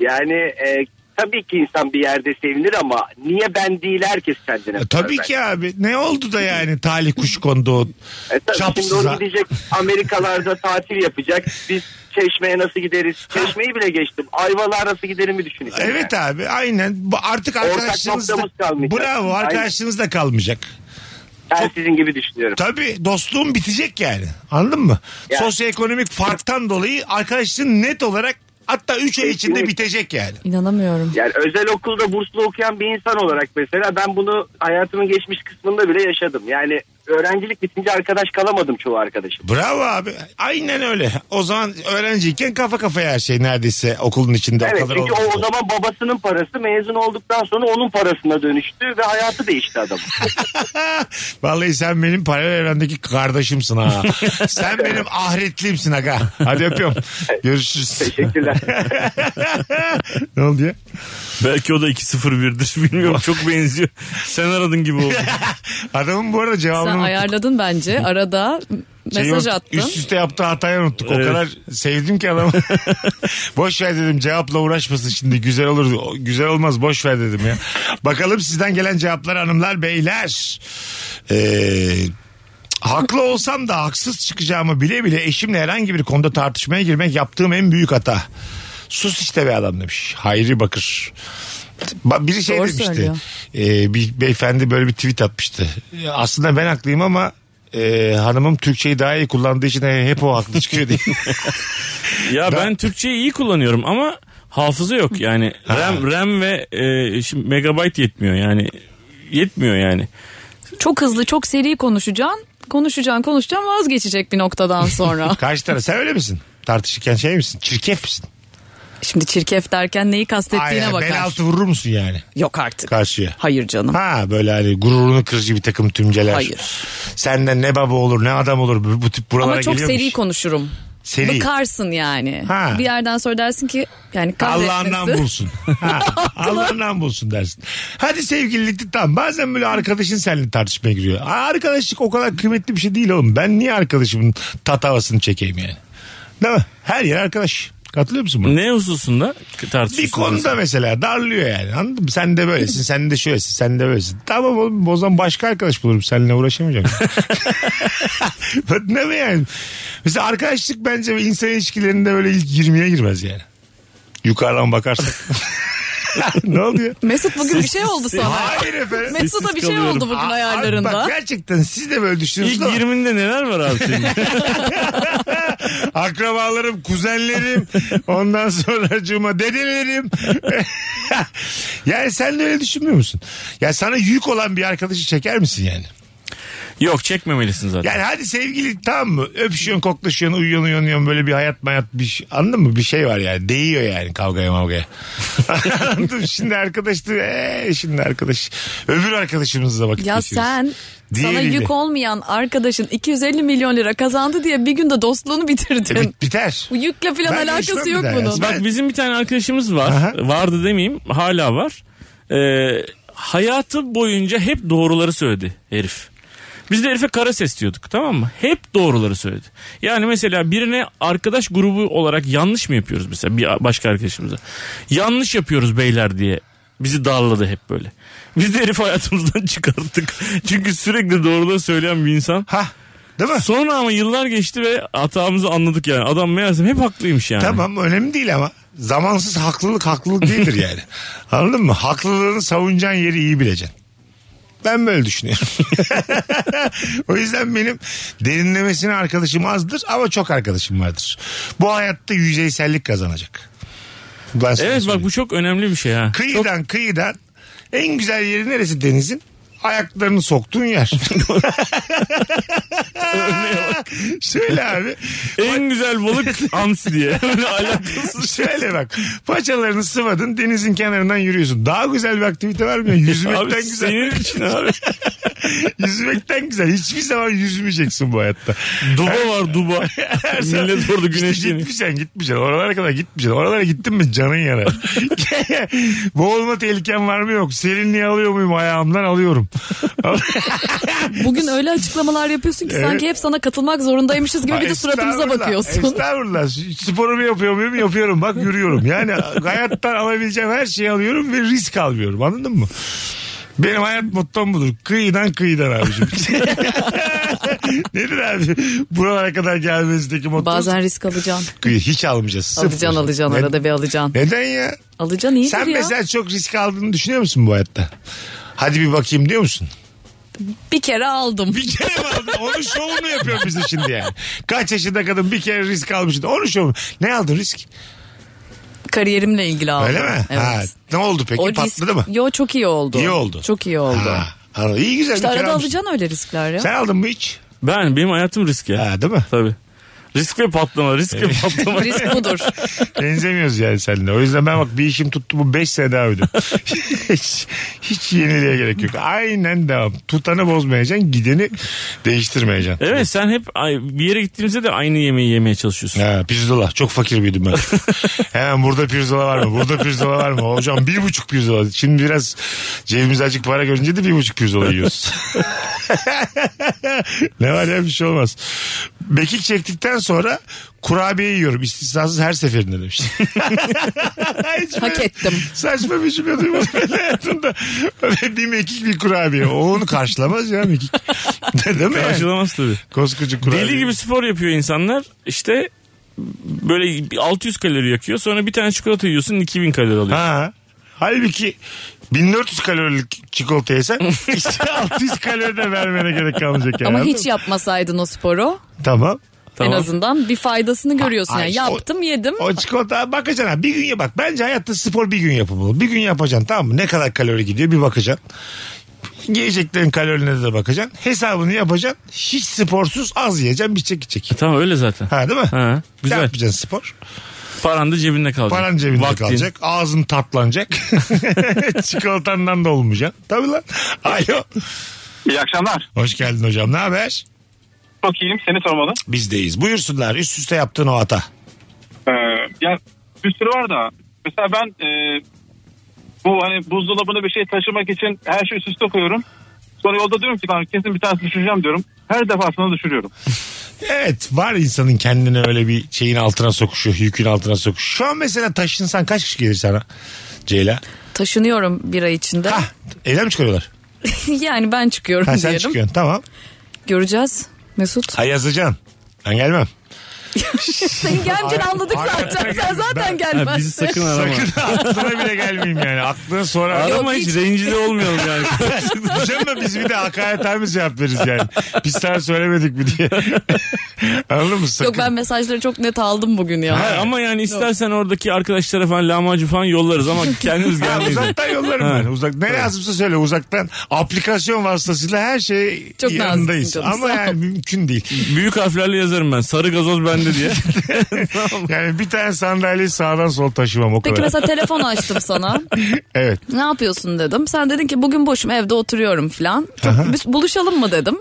Yani e, tabii ki insan bir yerde sevinir ama niye ben değil herkes kendine. E, Tabii ki abi. Ne oldu da yani talih kuş kondu o E, tabii şimdi çapsıza. onu gidecek Amerikalarda tatil yapacak. Biz Çeşme'ye nasıl gideriz? Çeşme'yi bile geçtim. Ayvalık'a nasıl giderimi düşüneceğim. Evet yani. abi aynen. Bu- Artık arkadaşınız da, noktamız kalmayacak. bravo Aynen. arkadaşınız da kalmayacak. Ben sizin gibi düşünüyorum. Tabii dostluğun bitecek yani. Anladın mı? Yani. Sosyoekonomik farktan dolayı arkadaşın net olarak hatta 3 ay içinde Kesinlikle. bitecek yani. İnanamıyorum. Yani özel okulda burslu okuyan bir insan olarak mesela ben bunu hayatımın geçmiş kısmında bile yaşadım. Yani öğrencilik bitince arkadaş kalamadım çoğu arkadaşım. Bravo abi. Aynen öyle. O zaman öğrenciyken kafa kafaya her şey neredeyse okulun içinde. Evet kadar çünkü o, olmuştu. o zaman babasının parası mezun olduktan sonra onun parasına dönüştü ve hayatı değişti adamın. Vallahi sen benim paralel evrendeki kardeşimsin ha. sen benim ahretliyimsin aga. Hadi öpüyorum. Görüşürüz. Teşekkürler. ne oldu ya? Belki o da 2-0-1'dir. Bilmiyorum çok benziyor. Sen aradın gibi oldu. Adamın bu arada cevabını Sen unuttuk. ayarladın bence. Arada Şeyi mesaj unut- attın. Üst üste yaptığı hatayı unuttuk. Evet. O kadar sevdim ki adamı. boş ver dedim cevapla uğraşmasın şimdi güzel olur. O- Güzel olmaz boş ver dedim ya. Bakalım sizden gelen cevaplar hanımlar beyler. Ee, haklı olsam da haksız çıkacağımı bile bile eşimle herhangi bir konuda tartışmaya girmek yaptığım en büyük hata. Sus işte be adam demiş. Hayri Bakır. Ba- Biri şey Doğru demişti. söylüyor. Ee, bir beyefendi böyle bir tweet atmıştı. Ee, Aslında ben haklıyım ama e, hanımım Türkçeyi daha iyi kullandığı için hep o haklı çıkıyor diye. Ya ben, Türkçeyi iyi kullanıyorum ama hafıza yok yani. RAM, RAM ve e, şimdi megabyte yetmiyor yani. Yetmiyor yani. Çok hızlı, çok seri konuşacaksın. Konuşacaksın, konuşacaksın vazgeçecek bir noktadan sonra. Karşı taraf sen öyle misin? Tartışırken şey misin? Çirkef misin? Şimdi çirkef derken neyi kastettiğine Aynen, bakar. bel altı vurur musun yani Yok artık. karşıya? Hayır canım. Ha böyle hani gururunu kırıcı bir takım tümceler. Hayır. Senden ne baba olur ne adam olur bu, bu tip buralara Ama çok geliyormuş. seri konuşurum. Seri. Bıkarsın yani. Ha. Bir yerden sonra dersin ki yani Allah'ından kahretmesin. bulsun. Ha, Allah'ından bulsun dersin. Hadi sevgililikte tam. Bazen böyle arkadaşın seninle tartışmaya giriyor. Aa, Arkadaşlık o kadar kıymetli bir şey değil oğlum. Ben niye arkadaşımın tatavasını çekeyim yani? Değil mi? Her yer arkadaş. Katılıyor musun buna? Ne hususunda tartışıyorsunuz? Bir konuda mesela darlıyor yani anladın mı? Sen de böylesin, sen de şöylesin, sen de böylesin. Tamam oğlum o zaman başka arkadaş bulurum seninle uğraşamayacağım. ne mi yani? Mesela arkadaşlık bence insan ilişkilerinde böyle ilk 20'ye girmez yani. Yukarıdan bakarsak. ne oluyor? Mesut bugün bir şey oldu sana. Hayır efendim. Mesut'a bir şey oldu bugün Aa, abi ayarlarında. Bak gerçekten siz de böyle İlk düşünüyorsunuz ama 20'nde neler var abi senin? akrabalarım, kuzenlerim, ondan sonra cuma dedelerim. yani sen de öyle düşünmüyor musun? Ya sana yük olan bir arkadaşı çeker misin yani? Yok çekmemelisin zaten. Yani hadi sevgili tamam mı? Öpüşüyorsun, koklaşıyorsun, uyuyorsun, uyanıyorsun böyle bir hayat mayat bir şey. Anladın mı? Bir şey var yani. Değiyor yani kavgaya mavgaya. Anladın mı? Şimdi arkadaştı. Ee, şimdi arkadaş. Öbür arkadaşımızla vakit Ya geçiriyoruz. sen sana Diğeriyle. E, yük olmayan arkadaşın 250 milyon lira kazandı diye bir günde dostluğunu E, bitirdin. bit- biter. Bu yükle falan Ben alakası görüşmem yok bir daha ya. bunun. Ben- Bak bizim bir tane arkadaşımız var. Aha. Vardı demeyeyim hala var. Ee, hayatı boyunca hep doğruları söyledi herif. Biz de herife kara ses diyorduk tamam mı? Hep doğruları söyledi. Yani mesela birine arkadaş grubu olarak yanlış mı yapıyoruz mesela bir başka arkadaşımıza? Yanlış yapıyoruz beyler diye bizi darladı hep böyle. Biz de herifi hayatımızdan çıkarttık. Çünkü sürekli doğruları söyleyen bir insan. Ha, değil mi? Sonra ama yıllar geçti ve hatamızı anladık yani. Adam meğersem hep haklıymış yani. Tamam önemli değil ama zamansız haklılık haklılık değildir yani. Anladın mı? Haklılığını savunacağın yeri iyi bileceksin. Ben böyle düşünüyorum. o yüzden benim derinlemesine arkadaşım azdır ama çok arkadaşım vardır. Bu hayatta yüzeysellik kazanacak. Ben sana Evet bak söyleyeyim. bu çok önemli bir şey ha. Kıyıdan kıyıdan en güzel yeri neresi denizin? Ayaklarını soktuğun yer. Şöyle abi. En güzel balık hamsi diye. Böyle alakasız. Şöyle bak. Paçalarını sıvadın denizin kenarından yürüyorsun. Daha güzel bir aktivite var mı? ya? Yüzmekten Abi güzel. senin için abi. Yüzmekten güzel. Hiçbir zaman yüzmeyeceksin bu hayatta. Duba var duba. Millet orada güneşleniyor. gitmeyeceksin gitmeyeceksin. Oralara kadar gitmeyeceksin. Oralara gittin mi canın yanar. Boğulma tehliken var mı yok. Serinliği alıyor muyum ayağımdan alıyorum. Bugün öyle açıklamalar yapıyorsun ki Evet. sanki hep sana katılmak zorundaymışız gibi bir de suratımıza Estağfurullah, bakıyorsun. Estağfurullah. Sporumu yapıyor muyum? Yapıyorum. Bak yürüyorum. Yani hayattan alabileceğim her şeyi alıyorum ve risk almıyorum. Anladın mı? Benim hayat mottom budur. Kıyıdan kıyıdan abicim. Nedir abi? Buralara kadar gelmenizdeki motto. Bazen risk alacaksın. Kıyı hiç almayacağız. Sıfır. Alacaksın alacaksın Ne- arada bir alacaksın. Neden ya? Alacaksın iyidir Sen ya. mesela çok risk aldığını düşünüyor musun bu hayatta? Hadi bir bakayım diyor musun? Bir kere aldım. Bir kere mi aldın? Onun şovunu yapıyor bize şimdi yani. Kaç yaşında kadın bir kere risk almış. Onun şovunu. Ne aldın risk? Kariyerimle ilgili aldım. Öyle mi? Evet. Ha, ne oldu peki? O risk- Patladı mı? Yo çok iyi oldu. İyi oldu. Çok iyi oldu. Ha, anladım. İyi güzel. İşte bir kere arada almışsın. alacaksın öyle riskler ya. Sen aldın mı hiç? Ben benim hayatım risk ya. Ha, değil mi? Tabii. Risk ve patlama, risk ve patlama. Risk budur. Şey Benzemiyoruz yani seninle. O yüzden ben bak bir işim tuttu bu 5 sene daha ödüm. hiç, hiç yeniliğe gerek yok. Aynen devam. Tutanı bozmayacaksın, gideni değiştirmeyeceksin. Evet sen hep ay- bir yere gittiğimizde de aynı yemeği yemeye çalışıyorsun. Ha, pirzola. Çok fakir miydim ben? Hemen burada pirzola var mı? Burada pirzola var mı? Hocam bir buçuk pirzola. Şimdi biraz cebimiz açık para görünce de bir buçuk pirzola yiyoruz. ne var ya bir şey olmaz. Bekik çektikten sonra kurabiye yiyorum. İstisnasız her seferinde demiş. Hiç Hak böyle ettim. Saçma bir cümle duymadım ben hayatımda. Öyle bir mekik bir kurabiye. O onu karşılamaz ya mekik. Değil mi? Yani? Karşılamaz tabii. Koskoca kurabiye. Deli gibi spor yapıyor insanlar. İşte böyle bir 600 kalori yakıyor. Sonra bir tane çikolata yiyorsun 2000 kalori alıyor. Ha. Halbuki 1400 kalorilik çikolata yesen işte 600 kalori de vermene gerek kalmayacak yani. Ama Anladın hiç mı? yapmasaydın o sporu Tamam. Tamam. en azından bir faydasını görüyorsun. ay, yani işte o- yaptım yedim. O çikolata bakacaksın ha. Bir gün ye bak. Bence hayatta spor bir gün yapılmalı. Bir gün yapacaksın tamam mı? Ne kadar kalori gidiyor bir bakacaksın. Yiyeceklerin kalorilerine de bakacaksın. Hesabını yapacaksın. Hiç sporsuz az yiyeceksin bir çek içecek. Tamam öyle zaten. Ha değil mi? Ha, güzel. Ne yapacaksın spor? Paran da cebinde kalacak. Paran cebinde Vaktin. kalacak. Ağzın tatlanacak. Çikolatandan da olmayacaksın. Tabii lan. Alo. İyi akşamlar. Hoş geldin hocam. Ne haber? Çok iyiyim seni sormalı. Bizdeyiz. Buyursunlar üst üste yaptığın o hata. Ee, ya bir sürü var da mesela ben e, bu hani buzdolabına bir şey taşımak için her şeyi üst üste koyuyorum. Sonra yolda diyorum ki tamam kesin bir tanesi düşüreceğim diyorum. Her defasında düşürüyorum. Evet var insanın kendini öyle bir şeyin altına sokuşu, yükün altına sokuşu. Şu an mesela taşınsan kaç kişi gelir sana Ceyla? Taşınıyorum bir ay içinde. Hah evden mi çıkarıyorlar? yani ben çıkıyorum Ha, sen diyelim. çıkıyorsun tamam. Göreceğiz Mesut. Hay yazacaksın. Ben gelmem. Senin gelmeyeceğini anladık Hayır, zaten. hayır, Sen zaten ben- Ha, bizi gelmezsin. sakın arama. Sakın aklına bile gelmeyeyim yani. Aklına sonra. Arama Yok, hiç, hiç. rencide olmayalım yani. Canım biz bir de hakaret abi cevap veririz yani. Biz sana söylemedik mi diye. Anladın mı? Sakın. Yok ben mesajları çok net aldım bugün ya. Hayır, ama yani istersen oradaki arkadaşlara falan lahmacun falan yollarız ama kendimiz Ha, gelmeyiz. uzaktan yollarım ben. Uzak, ne lazımsa söyle uzaktan. Aplikasyon vasıtasıyla her şey Çok yanındayız. naziksin canım, Ama sağ ol. yani mümkün değil. Büyük harflerle yazarım ben. Sarı gazoz bende diye. Yani bir tane sandalyeyi sağdan sol taşımam o Peki kadar. mesela telefon açtım sana. Evet. Ne yapıyorsun dedim. Sen dedin ki bugün boşum evde oturuyorum falan. Çok, biz buluşalım mı dedim.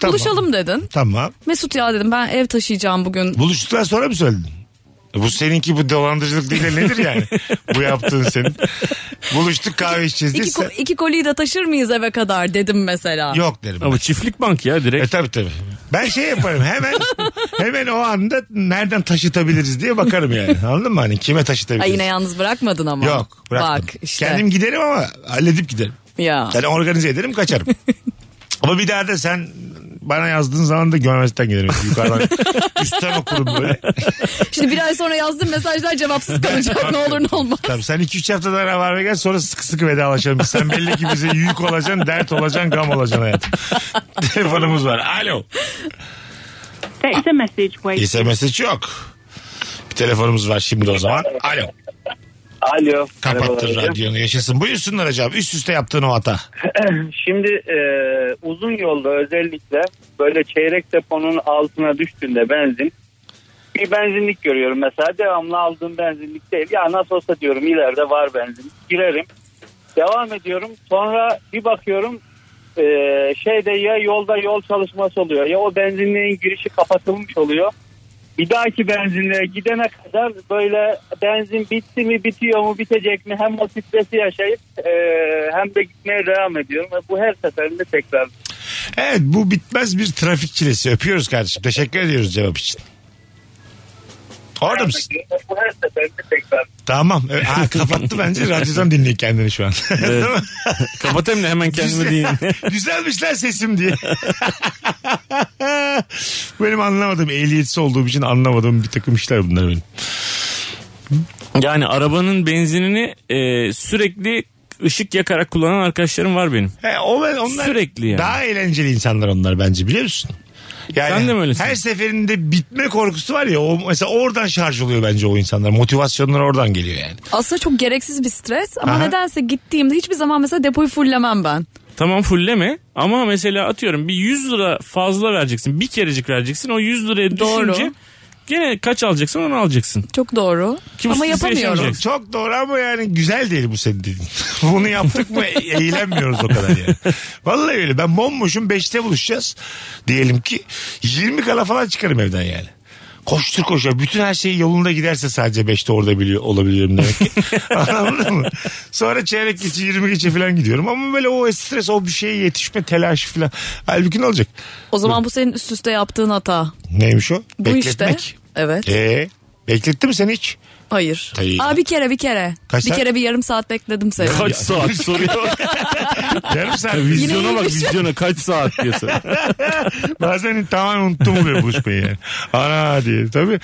Tamam. Buluşalım dedin. Tamam. Mesut ya dedim ben ev taşıyacağım bugün. Buluştuktan sonra mı söyledin? E Bu seninki bu dolandırıcılık değil de nedir yani? bu yaptığın senin. Buluştuk kahve içeceğiz diye. İki, ko- sen- iki koliyi de taşır mıyız eve kadar dedim mesela. Yok derim. ben. ama çiftlik bank ya E direkt. tabii tabii. Ben şey yaparım hemen hemen o anda nereden taşıtabiliriz diye bakarım yani. Anladın mı? Hani kime Ha, taşıtabiliriz? yine yalnız bırakmadın ama. Yok bıraktım. Bak işte. Kendim giderim ama halledip giderim. Ya. Yani organize ederim kaçarım. Ama bir daha da sen bana yazdığın zaman da görmezden gelirim. Yukarıdan üstten okurum böyle. E, Şimdi bir ay sonra yazdığım mesajlar cevapsız kalacak ne olur ne olmaz. Tabii sen 2-3 hafta daha rabarba gel sonra sıkı sıkı vedalaşalım. Sen belli ki bize yük olacaksın, dert olacaksın, gam olacaksın hayatım. Telefonumuz var. Alo. There is a message waiting. SMS çok. Bir telefonumuz var şimdi o zaman. Alo. Alo. Kapattın radyonu yaşasın. Buyursunlar hocam. Üst üste yaptığın o hata. Şimdi e, uzun yolda özellikle böyle çeyrek deponun altına düştüğünde benzin bir benzinlik görüyorum mesela devamlı aldığım benzinlik değil. Ya nasıl olsa diyorum ileride var benzin girerim devam ediyorum sonra bir bakıyorum e, şeyde ya yolda yol çalışması oluyor ya o benzinliğin girişi kapatılmış oluyor. Bir dahaki benzinliğe gidene kadar böyle benzin bitti mi bitiyor mu bitecek mi hem o stresi yaşayıp e, hem de gitmeye devam ediyorum. Ve Bu her seferinde tekrar. Evet bu bitmez bir trafik çilesi. Öpüyoruz kardeşim. Teşekkür ediyoruz cevap için. Orada mısın? Bu her seferinde tekrar. Tamam. Evet, Ha, kapattı bence. Radyodan dinliyor kendini şu an. Değil mi? Kapat hem de hemen kendime diyeyim. Güzelmiş lan sesim diye. benim anlamadığım ehliyetsiz olduğum için anlamadığım bir takım işler bunlar benim. yani arabanın benzinini e, sürekli ışık yakarak kullanan arkadaşlarım var benim. He, o, ben- onlar Sürekli yani. Daha eğlenceli insanlar onlar bence biliyor musun? Yani Sen de mi öylesin? Her seferinde bitme korkusu var ya o mesela oradan şarj oluyor bence o insanlar. Motivasyonlar oradan geliyor yani. Aslında çok gereksiz bir stres ama Aha. nedense gittiğimde hiçbir zaman mesela depoyu fullemem ben. Tamam fulleme ama mesela atıyorum bir 100 lira fazla vereceksin. Bir kerecik vereceksin. O 100 liraya düşünce Doğru. gene kaç alacaksın onu alacaksın. Çok doğru. Kim ama stresi yapamıyorum. yaşayacak? Çok, çok doğru ama yani güzel değil bu senin dediğin. Bunu yaptık mı e, eğlenmiyoruz o kadar yani. Vallahi öyle ben bombuşum 5'te buluşacağız. Diyelim ki 20 kala falan çıkarım evden yani. Koştur koşar. Bütün her şey yolunda giderse sadece 5'te orada biliyor, olabiliyorum demek ki. Anladın mı? Sonra çeyrek geçe 20 geçe falan gidiyorum. Ama böyle o stres o bir şeye yetişme telaşı falan. Halbuki ne olacak? O zaman bu senin üst üste yaptığın hata. Neymiş o? Bu Bekletmek. işte. Evet. Ee, bekletti mi seni hiç? Hayır. Hayır. Aa bir kere bir kere. Kaç bir saat? kere bir yarım saat bekledim seni. Kaç saat soruyor. Yarım saat. vizyona bak iyiymiş. vizyona kaç saat diye soruyor. Bazen tamamen unuttum oluyor buluşmayı yani. Ana diye tabii.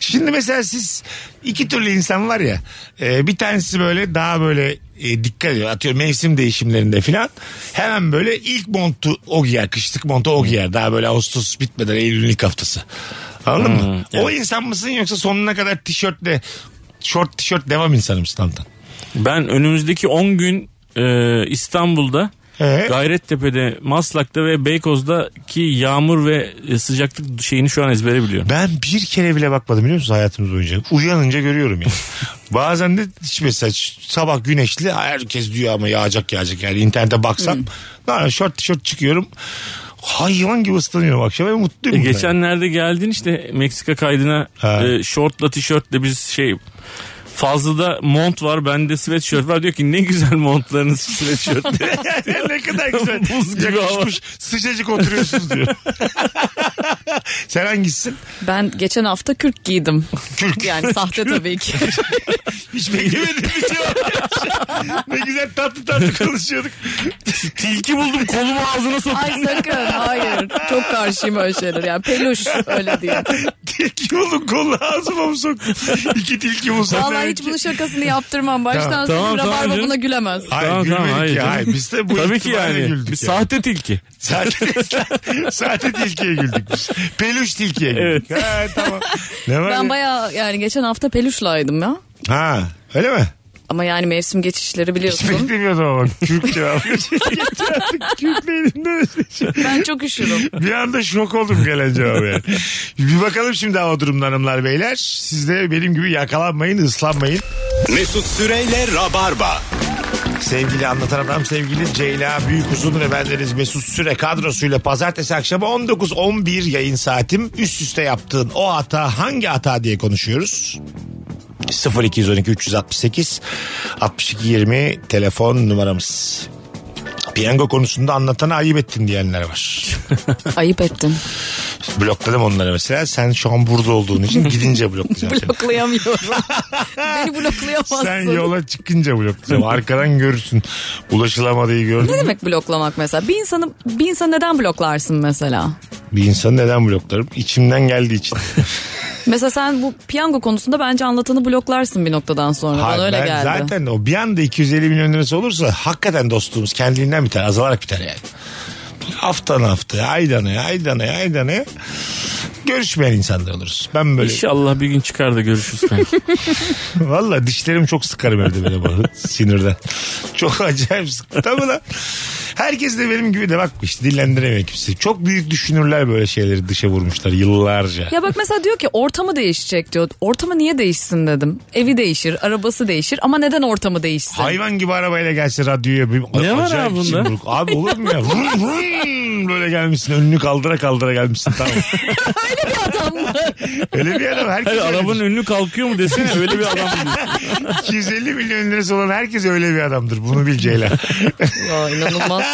Şimdi mesela siz iki türlü insan var ya. e, bir tanesi böyle daha böyle e, dikkat ediyor. Atıyor mevsim değişimlerinde filan. Hemen böyle ilk montu o giyer. Kışlık montu o giyer. Daha böyle Ağustos bitmeden Eylül'ün ilk haftası. Anladın Hmm, mı? O insan mısın yoksa sonuna kadar tişörtle şort tişört devam insanı mısın Antan? Ben önümüzdeki 10 gün e, İstanbul'da Ee? Gayrettepe'de, Maslak'ta ve Beykoz'daki yağmur ve e, sıcaklık şeyini şu an ezbere biliyorum. Ben bir kere bile bakmadım biliyor musunuz hayatımız boyunca. Uyanınca görüyorum yani. Bazen de hiç mesela sabah güneşli herkes diyor ama yağacak yağacak yani internete baksam. Hmm. Şort tişört çıkıyorum. Hayvan gibi ıslanıyorum akşam ve mutluyum. E, bundan. geçenlerde geldin işte Meksika kaydına Ha. e, şortla tişörtle biz şey fazlada mont var bende sweatshirt var diyor ki ne güzel montlarınız sweatshirt diyor. ne kadar güzel. Buz gibi hava. Yakışmış, Sıcacık oturuyorsunuz diyor. Sen hangisisin? Ben geçen hafta kürk giydim. Kürk. Yani sahte tabii ki. Hiç beklemedim bir cevap. ne güzel tatlı tatlı konuşuyorduk. Tilki buldum kolumu ağzına soktum. Ay sakın hayır. Çok karşıyım öyle şeyler. Yani peluş öyle diye. tilki oldum kolunu ağzıma mı soktum? İki tilki bu sefer. Vallahi hiç bunun şakasını yaptırmam. Baştan Tamam, tamam, sonra tamam Rabarba canım. buna gülemez. Hayır Tamam, tamam, gülmedik hayır ya. canım. Hayır, biz de bu Tabii ki ihtimalle yani. güldük bir ya. sahte tilki. Sahte, sahte tilkiye güldük biz. Peluş tilkiye güldük. Ha, tamam. Ne var Ben ya? bayağı yani geçen hafta peluşlaydım ya. Ha öyle mi? Ama yani mevsim geçişleri Hiç biliyorsun. beklemiyordum ama. Kürk cevabı. Kürkle elimden şey. özdeşim. ben çok üşürüm. Bir anda şok oldum gelen cevaba yani. Bir bakalım şimdi hava durumda hanımlar beyler. Siz de benim gibi yakalanmayın, ıslanmayın. Mesut Süreyle Rabarba. Sevgili anlatan adam sevgili Ceyla Büyük Uzun ve bendeniz Mesut Süre kadrosuyla pazartesi akşamı 19.11 yayın saatim. Üst üste yaptığın o hata hangi hata diye konuşuyoruz. 0212 368 62 20 telefon numaramız. Piyango konusunda anlatana ayıp ettin diyenler var. Ayıp ettin. Blokladım onları mesela. Sen şu an burada olduğun için gidince bloklayacağım seni. Bloklayamıyorum. Beni bloklayamazsın. Sen yola çıkınca bloklayacağım. Arkadan görürsün. Ulaşılamadıyı gördün. Ne demek bloklamak mesela? Bir insanı bir insanı neden bloklarsın mesela? Bir insanı neden bloklarım? İçimden geldiği için. Mesela sen bu piyango konusunda bence anlatanı bloklarsın bir noktadan sonra. Hayır, Bana öyle ben geldi. Zaten o bir anda 250 milyon lirası olursa hakikaten dostluğumuz kendiliğinden biter. Azalarak biter yani. Haftan hafta, aydan aya, aydan aya, aydan aya. Görüşmeyen insanlar oluruz. Ben Hani- böyle. İnşallah bir gün çıkar da görüşürüz kanka. Valla dişlerim çok sıkarım evde böyle bana sinirden. Çok acayip sıktı Tabii lan. Herkes de benim gibi de bak işte dillendiremiyor kimse. Çok büyük düşünürler böyle şeyleri dışa vurmuşlar yıllarca. Ya bak mesela diyor ki ortamı değişecek diyor. Ortamı niye değişsin dedim. Evi değişir, arabası değişir ama neden ortamı değişsin? Hayvan gibi arabayla gelse radyoya. Bir, Ne var acayip abi bunda? içim buruk. Abi olur mu ya? Vrum vrum böyle gelmişsin önünü kaldıra kaldıra gelmişsin tamam. Öyle bir adam mı? Öyle bir adam herkes Hayır, öyle. arabanın önünü kalkıyor mu desene öyle bir adam. 250 milyon lirası olan herkes öyle bir adamdır. Bunu bil Ceylan. ya inanılmazsın.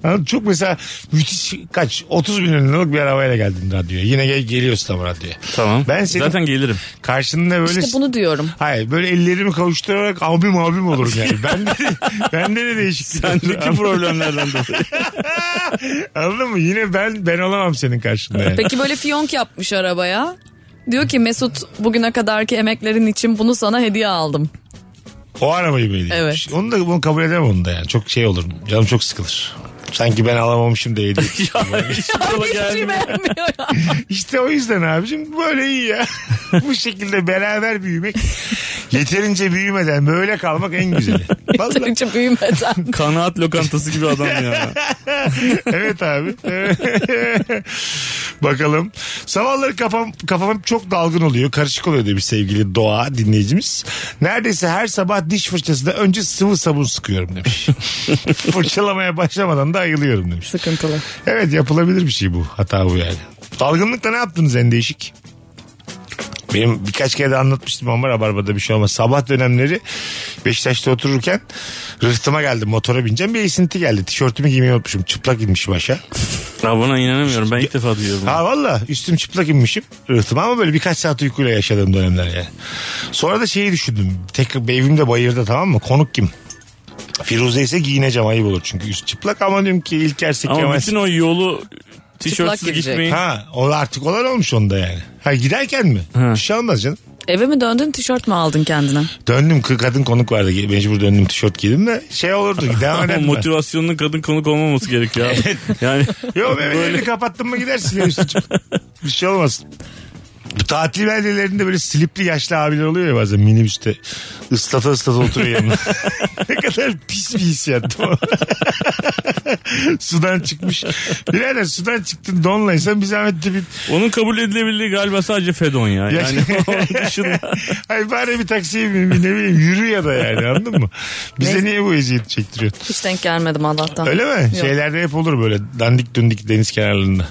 Anladın? Çok mesela müthiş kaç 30 milyon liralık bir arabayla geldin radyoya. Yine gel, geliyorsun tam radyoya. Tamam. Ben senin Zaten gelirim. karşında böyle İşte bunu diyorum. Hayır böyle ellerimi kavuşturarak abim abim olurum yani. ben de, ben de, değişiklik. Sendeki olur. problemlerden dolayı. Anladın mı? Yine ben ben olamam senin karşında yani. Peki böyle fiyonk yapmış arabaya. Diyor ki Mesut bugüne kadarki emeklerin için bunu sana hediye aldım. O arabayı böyle Evet. yapmış. Onu da bunu kabul edemem onu da yani. Çok şey olur. Canım çok sıkılır. Sanki ben alamamışım da hediye. ya hiç yola Hiçbir şey gelmiyor. beğenmiyor ya. İşte o yüzden abicim böyle iyi ya. Bu şekilde beraber büyümek. Yeterince büyümeden böyle kalmak en güzeli. Vallahi, Yeterince büyümeden. Kanaat lokantası gibi adam ya. evet abi. Bakalım. Sabahları kafam, kafam çok dalgın oluyor. Karışık oluyor demiş sevgili Doğa dinleyicimiz. Neredeyse her sabah diş fırçasına önce sıvı sabun sıkıyorum demiş. Fırçalamaya başlamadan da ayılıyorum demiş. Sıkıntılı. Evet yapılabilir bir şey bu. Hata bu yani. Dalgınlıkta ne yaptınız en değişik? Benim birkaç kere de anlatmıştım ama Rabarba'da bir şey olmaz. Sabah dönemleri Beşiktaş'ta otururken rıhtıma geldim motora bineceğim bir esinti geldi. Tişörtümü giymeyi unutmuşum çıplak inmişim aşağı. Ya buna inanamıyorum ben ilk defa duyuyorum. Ha valla üstüm çıplak inmişim rıhtıma ama böyle birkaç saat uykuyla yaşadığım dönemler yani. Sonra da şeyi düşündüm. Tek evim de bayırda tamam mı konuk kim? Firuze ise giyineceğim ayıp olur çünkü üst çıplak ama diyorum ki ilk erkek Ama bütün o yolu tişörtsüz Çıplak gidecek. gitmeyi. Ha o artık olan olmuş onda yani. Ha giderken mi? Bir şey olmaz canım. Eve mi döndün tişört mü aldın kendine? Döndüm kı- kadın konuk vardı. Mecbur döndüm tişört giydim de şey olurdu. Devam Ama ederdim. ben. motivasyonunun kadın konuk olmaması gerekiyor. abi. yani Yo ben Böyle- elini kapattın mı gidersin ya üstüne. Bir şey olmaz. Bu tatil beldelerinde böyle slipli yaşlı abiler oluyor ya bazen minibüste. Islata ıslata oturuyor yanına. ne kadar pis bir hissiyat. değil mi? sudan çıkmış. Birader sudan çıktın donlaysan bir zahmet de bir onun kabul edilebildiği galiba sadece Fedon ya. Yani onun dışında Ay bari bir taksiye bin, bir ne bileyim yürü ya da yani anladın mı? Bize niye bu eziyeti çektiriyorsun? Hiç denk gelmedim Allah'tan. Öyle mi? Şey- Şeylerde hep olur böyle dandik dündik deniz kenarlarında.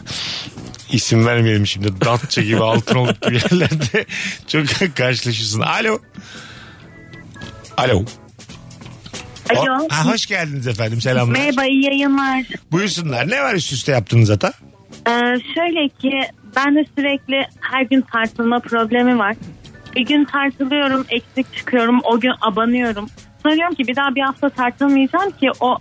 İsim vermeyelim şimdi. Datça gibi Altınoluk gibi yerlerde çok karşılaşırsın. Alo. Alo. Alo. Ha, hoş geldiniz efendim selamlar. Merhaba iyi yayınlar. Buyursunlar. Ne var üst üste yaptığınız hata? Ee, şöyle ki Ben de sürekli her gün tartılma problemi var. Bir gün tartılıyorum, eksik çıkıyorum, o gün abanıyorum. Sonra diyorum ki bir daha bir hafta tartılmayacağım ki o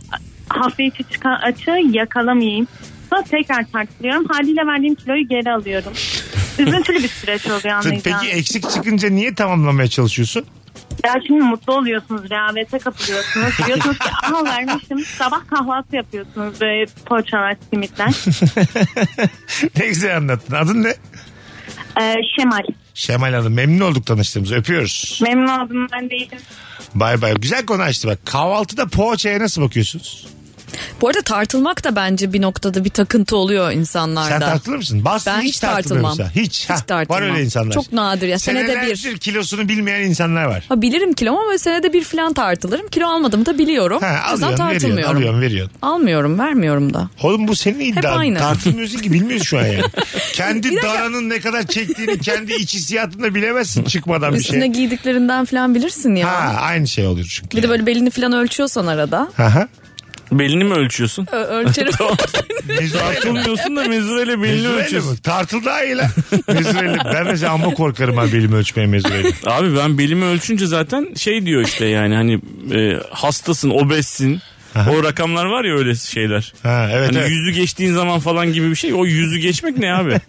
hafta içi çıkan açığı yakalamayayım. Sonra tekrar tartılıyorum. Haliyle verdiğim kiloyu geri alıyorum. Üzüntülü bir süreç oluyor anlayacağınız. Peki eksik çıkınca niye tamamlamaya çalışıyorsun? Ya şimdi şey mutlu oluyorsunuz, rehavete kapılıyorsunuz. Diyorsunuz ki aha vermişim. Sabah kahvaltı yapıyorsunuz böyle poğaçalar, simitler. ne güzel anlattın. Adın ne? Ee, Şemal. Şemal Hanım memnun olduk tanıştığımıza öpüyoruz. Memnun oldum ben değilim. Bay bay. Güzel konu açtı bak. Kahvaltıda poğaçaya nasıl bakıyorsunuz? Bu arada tartılmak da bence bir noktada bir takıntı oluyor insanlarda. Sen tartılır mısın? Bastın Ben hiç, hiç tartılmıyor tartılmam. musun? Hiç. Hiç Hah, Var tartılmam. öyle insanlar. Çok nadir ya, senede bir. Senelerdir kilosunu bilmeyen insanlar var. Ha, bilirim kilom ama senede bir falan tartılırım. Kilo almadığımı da biliyorum. Ha, o yüzden alıyorsun, veriyorsun, tartılmıyorum. alıyorsun, veriyorsun. Almıyorum, vermiyorum da. Oğlum bu senin iddian. aynı. Tartılmıyorsun ki bilmiyorsun şu an yani. Bir kendi dakika. daranın ne kadar çektiğini kendi iç hissiyatında bilemezsin çıkmadan bir Üstüne şey. giydiklerinden falan bilirsin ya. Ha aynı şey oluyor çünkü. Bir de böyle belini falan ölçüyorsan arada. Aha. Belini mi ölçüyorsun? Ö- ölçerim. Mezurayla Ölçmüyorsun da mezureyle belini ölçüyorsun. mı? Tartıl daha iyi lan. Mezurayla. Ben mesela amma korkarım ha belimi ölçmeye mezurayla. Abi ben belimi ölçünce zaten şey diyor işte yani hani e, hastasın, obezsin. O rakamlar var ya öyle şeyler. Ha, evet, hani evet. yüzü geçtiğin zaman falan gibi bir şey. O yüzü geçmek ne abi?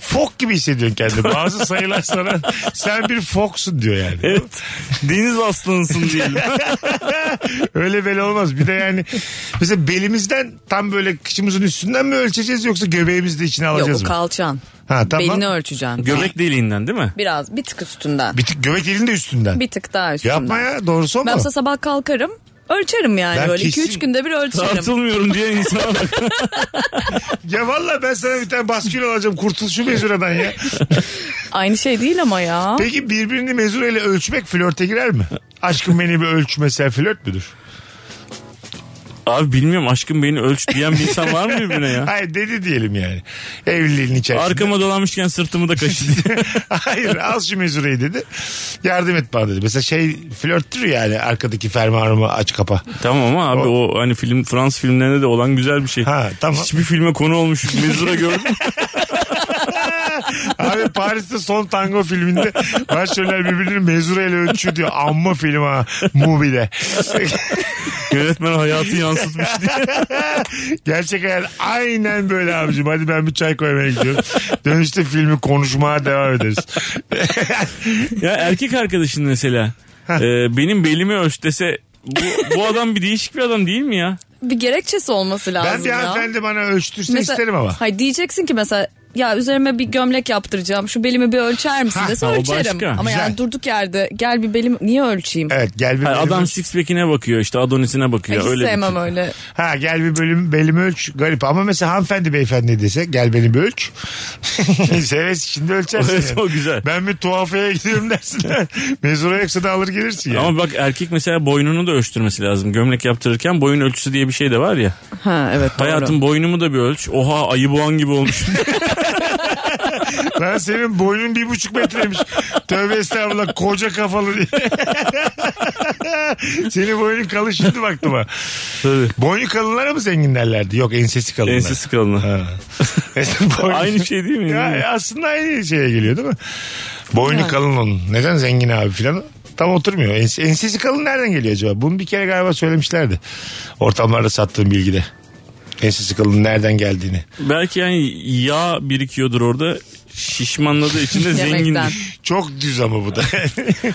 Fok gibi hissediyorsun kendini. Bazı sayılar sana sen bir foksun diyor yani. evet. Deniz aslanısın diyelim. Öyle böyle olmaz. Bir de yani mesela belimizden tam böyle kıçımızın üstünden mi ölçeceğiz yoksa göbeğimizi de içine Yok alacağız o mı? kalçan. Ha tamam. Belini ölçeceksin. Göbek deliğinden değil mi? Biraz bir tık üstünden. Bir tık göbek elinde üstünden. Bir tık daha üstünden. Yapma ya doğrusu o mu? Ben mesela sabah kalkarım. Ölçerim yani Ben böyle kesin- 2-3 günde bir ölçerim. Tartılmıyorum diyen insana bak. Ya valla ben sana bir tane baskül alacağım. Kurtul şu mezuradan ya. Aynı şey değil ama ya. Peki birbirini mezurayla ölçmek flörte girer mi? Aşkım beni bir ölç mesela flört müdür? Abi bilmiyorum aşkım beni ölç diyen bir insan var mı birbirine ya? Hayır dedi diyelim yani. Evliliğin içerisinde. Arkama dolanmışken sırtımı da kaşı diye. Hayır al şu mezureyi dedi. Yardım et bana dedi. Mesela şey flörttür yani arkadaki fermuarımı aç kapa. Tamam ama abi o hani film Fransız filmlerinde de olan güzel bir şey. Ha, tamam. Hiçbir filme konu olmuş mezura gördüm. Abi Paris'te son tango filminde başroller birbirini mezureyle ölçüyor diyor. Amma film ha. Movie'de. Yönetmen hayatı yansıtmış diye. Gerçek hayat aynen böyle abicim. Hadi ben bir çay koymaya gidiyorum. Dönüşte filmi konuşmaya devam ederiz. Ya erkek arkadaşın mesela e, benim belimi ölç dese bu, bu adam bir değişik bir adam değil mi ya? Bir gerekçesi olması lazım ben bir ya. hanımefendi bana ölçtürse Mesela- isterim ama. Hayır diyeceksin ki mesela ya üzerime bir gömlek yaptıracağım. Şu belimi bir ölçer misin Ha, dese ha, o ölçerim. başka. Ama Güzel. yani durduk yerde gel bir belim niye ölçeyim? Evet gel bir Hayır, bölümü- adam six pack'ine bakıyor işte adonisine bakıyor. Hiç öyle bir sevmem tip. öyle. Ha gel bir bölüm belimi ölç. Garip ama mesela hanımefendi beyefendi dese gel beni bir ölç. Seves şimdi ölçersin. Evet, yani. o güzel. Ben bir tuhafeye gidiyorum dersin. Mezura yoksa da alır gelirsin yani. Ama bak erkek mesela boynunu da ölçtürmesi lazım. Gömlek yaptırırken boyun ölçüsü diye bir şey de var ya. Ha evet doğru. Hayatım boynumu da bir ölç. Oha ayı boğan gibi olmuş. Ben senin boynun bir buçuk metreymiş. Tövbe estağfurullah koca kafalı diye. senin boynun kalın şimdi baktım ha. Tabii. Boynu kalınlara mı zengin derlerdi? Yok ensesi kalınlar. Ensesi kalın. Ha. Mesela boynu- Aynı şey değil mi? Ya, e, aslında aynı şeye geliyor değil mi? Boynu Yani. kalın onun. Neden zengin abi filan? Tam oturmuyor. Ens- ensesi kalın nereden geliyor acaba? Bunu bir kere galiba söylemişlerdi. Ortamlarda sattığım bilgide. Ensesi kalın nereden geldiğini. Belki yani yağ birikiyordur orada. Şişmanladığı için de Yemekten. zengindir. Çok düz ama bu da.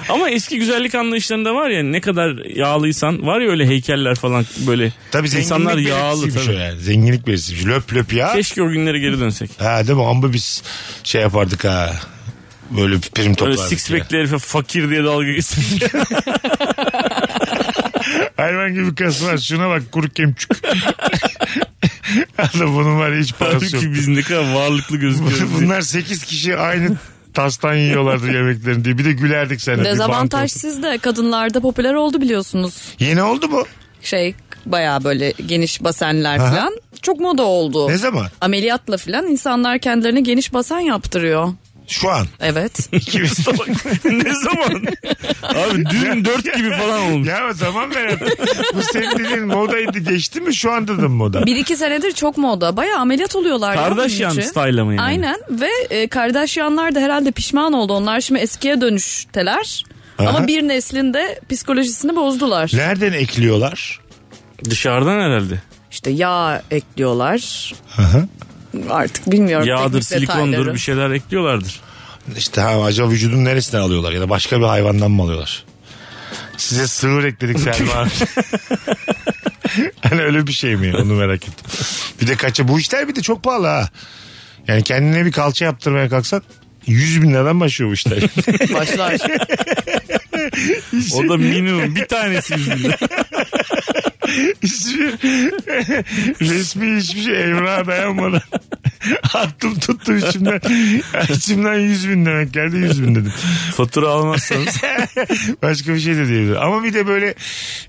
Ama eski güzellik anlayışlarında var ya ne kadar yağlıysan var ya öyle heykeller falan böyle. Tabii insanlar zenginlik yağlı belirtisiymiş tabii. o yani. Zenginlik belirtisiymiş. Löp löp ya. Keşke o günlere geri dönsek. Ha değil mi? Amma biz şey yapardık ha. Böyle prim Böyle toplardık. six ya. pack'li herife fakir diye dalga geçsin. Hayvan gibi kası var. Şuna bak kuru kemçük. Adam bunun var ya hiç parası yok. Halbuki biz ne kadar varlıklı gözüküyoruz. diye. Bunlar 8 kişi aynı tastan yiyorlardı yemeklerini diye. Bir de gülerdik seninle. bir Dezavantaj banko. sizde kadınlarda popüler oldu biliyorsunuz. Yeni oldu mu? Şey baya böyle geniş basenler falan. Çok moda oldu. Ne zaman? Ameliyatla falan insanlar kendilerine geniş basen yaptırıyor. Şu an. Evet. İkimiz. ne zaman? Abi dün dört gibi falan olmuş. ya tamam ben Bu senin dediğin modaydı geçti mi şu anda da mı moda? Bir iki senedir çok moda. Bayağı ameliyat oluyorlar. ya bunun Kardashian için. style'ı mı yani? Aynen ve e, Kardashianlar da herhalde pişman oldu. Onlar şimdi eskiye dönüşteler. Aha. Ama bir neslin de psikolojisini bozdular. Nereden ekliyorlar? Dışarıdan herhalde. İşte yağ ekliyorlar. Aha. Artık bilmiyorum Yağdır, teknik detayları. silikondur bir şey- şeyler ekliyorlardır. İşte ha, acaba vücudun neresinden alıyorlar ya da başka bir hayvandan mı alıyorlar? Size sığır ekledik Selma abi. hani öyle bir şey mi? Onu merak ettim. Bir de kaça bu işler bir de çok pahalı ha. Yani kendine bir kalça yaptırmaya kalksan 100 bin liradan başlıyor bu işler. Başlar. O da minimum bir tanesi yüzünde. hiçbir, resmi hiçbir şey evrağa dayanmadan attım tuttum içimden. İçimden 100 bin demek geldi 100 bin dedim. Fatura almazsanız. Başka bir şey de diyebilir. Ama bir de böyle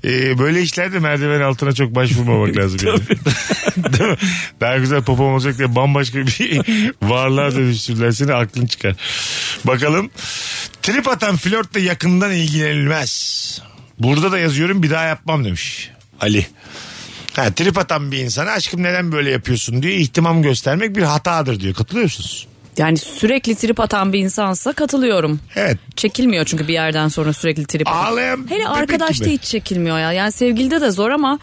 e, böyle işlerde merdiven altına çok başvurmamak lazım. yani. Değil mi? Daha güzel popom olacak diye bambaşka bir şey varlığa dönüştürürler seni aklın çıkar. Bakalım. Trip atan flörtle yakından ilgilenilmez. Burada da yazıyorum bir daha yapmam demiş. Ali. Ha, trip atan bir insana aşkım neden böyle yapıyorsun diye ihtimam göstermek bir hatadır diyor. Katılıyor musunuz? yani sürekli trip atan bir insansa katılıyorum. Evet. Çekilmiyor çünkü bir yerden sonra sürekli trip atan. Ağlayan Hele bebek arkadaşta gibi. hiç çekilmiyor ya. Yani sevgilide de zor ama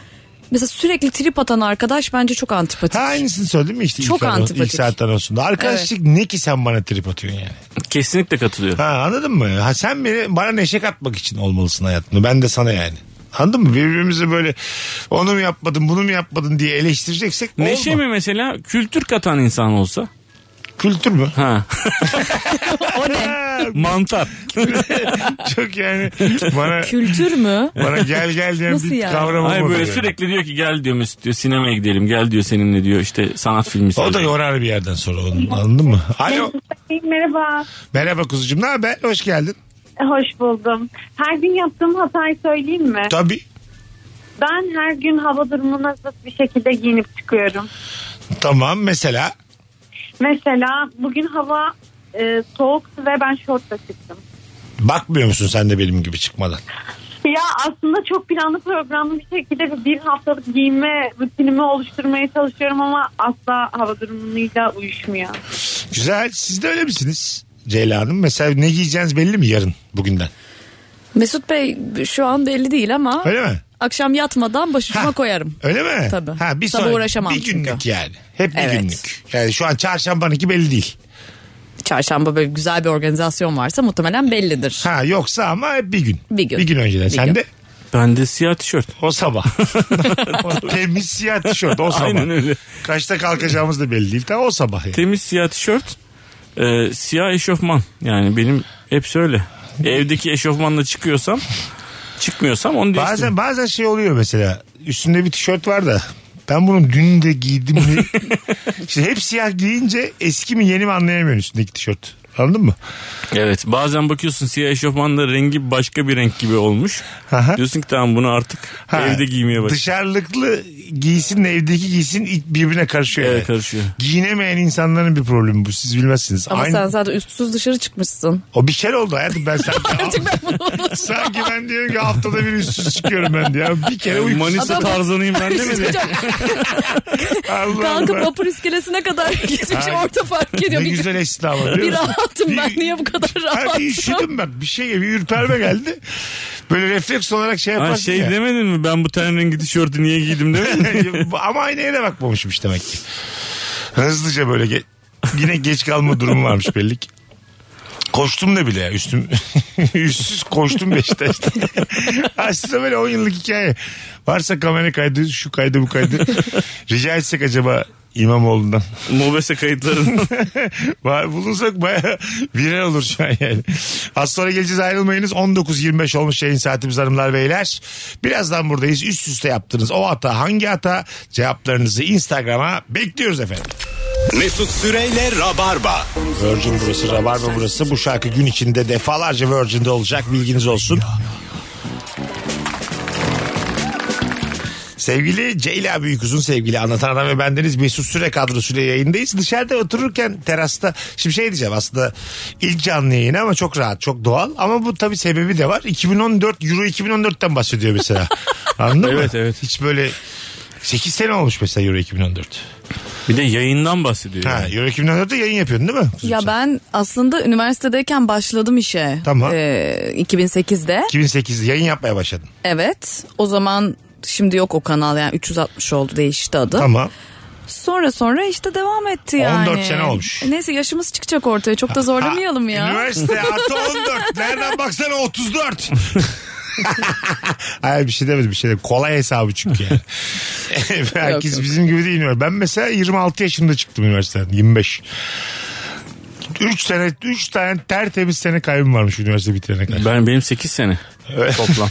mesela sürekli trip atan arkadaş bence çok antipatik. Ha aynısını söyledim mi işte Çok ilk, anons- antipatik. ilk saatten olsun. da. Arkadaşlık ne ki sen bana trip atıyorsun yani. Kesinlikle katılıyorum. Ha anladın mı? Ha sen beni bana neşe katmak için olmalısın hayatımda. Ben de sana yani. Anladın mı? Birbirimizi böyle onu mu yapmadın bunu mu yapmadın diye eleştireceksek Neşe olma. mi mesela kültür katan insan olsa? Kültür mü? Ha. Mantar. Çok yani bana Kültür mü? bana gel gel diye Nasıl bir yani? kavram Ay olmadı böyle yani. sürekli diyor ki gel diyor Mesut diyor sinemaya gidelim gel diyor seninle diyor işte sanat filmi O da seyredelim. yorar bir yerden sonra onu, anladın mı? Alo. Merhaba. Merhaba kuzucuğum ne haber? Hoş geldin. Hoş buldum. Her gün yaptığım hatayı söyleyeyim E? mi? Tabii. Ben her gün hava durumuna zıt bir şekilde giyinip çıkıyorum. Tamam mesela. Mesela bugün hava e, soğuktu ve ben şortla çıktım. Bakmıyor musun sen de benim gibi çıkmadan? Ya aslında çok planlı programlı bir şekilde bir- bir haftalık giyinme rutinimi oluşturmaya çalışıyorum ama asla hava durumuyla uyuşmuyor. Güzel. Siz de öyle misiniz? Ceyla Hanım mesela ne giyeceğiniz belli mi yarın bugünden? Mesut Bey şu an belli değil ama Öyle mi? akşam yatmadan başucuma Ha. koyarım. Öyle mi? Tabii. Ha, bir Sabah sonra, uğraşamam Bir günlük çünkü. yani. Hep bir Evet. günlük. Yani şu an çarşambanınki belli değil. Çarşamba böyle güzel bir organizasyon varsa muhtemelen bellidir. Ha yoksa ama hep bir gün. Bir gün. Bir gün önceden. Bir Sen gün. de Bende siyah tişört. o sabah. O Temiz siyah tişört o sabah. Aynen öyle. Kaçta kalkacağımız da belli değil. Ta o sabah yani. Temiz siyah tişört. e, siyah eşofman. Yani benim hepsi öyle. Evdeki eşofmanla çıkıyorsam çıkmıyorsam onu değiştiririm. Bazen bazen şey oluyor mesela. Üstünde bir tişört var da ben bunu dün de giydim mi? işte hep siyah giyince eski mi yeni mi anlayamıyorsun üstündeki tişört. Anladın mı? Evet bazen bakıyorsun siyah eşofmanla rengi başka bir renk gibi olmuş. Aha. Diyorsun ki tamam bunu artık Ha, evde giymeye başla. Dışarılıklı giysinle evdeki giysin birbirine karışıyor. Evet, yani. karışıyor. Giyinemeyen insanların bir problemi bu. Siz bilmezsiniz. Ama Aynı- sen zaten üstsüz dışarı çıkmışsın. O bir kere oldu hayatım ben sanki. Artık ben bunu unuttum. sanki ben diyorum ki haftada bir üstsüz çıkıyorum ben diye. Bir kere uyku. Manisa Adam- tarzanıyım ben demedim. Hocam Allah kalkıp Allah. vapur iskelesine kadar gitmiş Ay, orada fark ediyor. Ne Bir, güzel esti ama. biliyor bir musun? rahatım ben Bir- niye bu kadar Ha, bir rahatım? üşüdüm ben. Bir şey bir ürperme geldi. Böyle refleks olarak şey Ha, yaparsın şey ya. demedin mi ben bu ten rengi tişörtü niye giydim demedin mi? ama aynaya da bakmamışım işte demek ki. Hızlıca böyle ge- yine geç kalma durumu varmış belli ki. Koştum da bile ya üstüm üstsüz koştum Beşiktaş'ta. Aslında böyle 10 yıllık hikaye. Varsa kamera kaydı şu kaydı bu kaydı. Rica etsek acaba İmamoğlu'ndan. Mobese kayıtlarından. Var, bulunsak baya viral olur şu an yani. Az sonra geleceğiz ayrılmayınız. 19.25 olmuş yayın saatimiz hanımlar beyler. Birazdan buradayız. Üst üste yaptınız. O hata hangi hata? Cevaplarınızı Instagram'a bekliyoruz efendim. Mesut Süreyle Rabarba. Virgin burası, Rabarba burası. Bu şarkı gün içinde defalarca Virgin'de olacak. Bilginiz olsun. Sevgili Ceyla Büyüküz'ün sevgili anlatan adam ve bendeniz Mesut Süre kadrosuyla yayındayız. Dışarıda otururken terasta şimdi şey diyeceğim aslında ilk canlı yayın ama çok rahat çok doğal ama bu tabii sebebi de var. 2014 Euro 2014'ten bahsediyor mesela. Anladın mı? Evet, evet. Hiç böyle 8 sene olmuş mesela Euro 2014. Bir de yayından bahsediyor. Ha, yani. Euro 2014'te yayın yapıyordun değil mi? kızım Ya sen? ben aslında üniversitedeyken başladım işe. Tamam. Ee, 2008'de. 2008'de yayın yapmaya başladın. Evet. O zaman şimdi yok o kanal yani 360 oldu değişti adı. Tamam. Sonra sonra işte devam etti yani. 14 sene olmuş. Neyse yaşımız çıkacak ortaya çok da zorlamayalım Ha, ya. Üniversite artı 14. Nereden baksana 34. Hayır bir şey demedim bir şey demedim. Kolay hesabı çünkü yani. Herkes Yok, yok. bizim gibi değil. Ben mesela 26 yaşında çıktım üniversiteden. 25. 3 sene 3 tane tertemiz sene kaybım varmış üniversite bitirene kadar. Ben benim 8 sene toplam.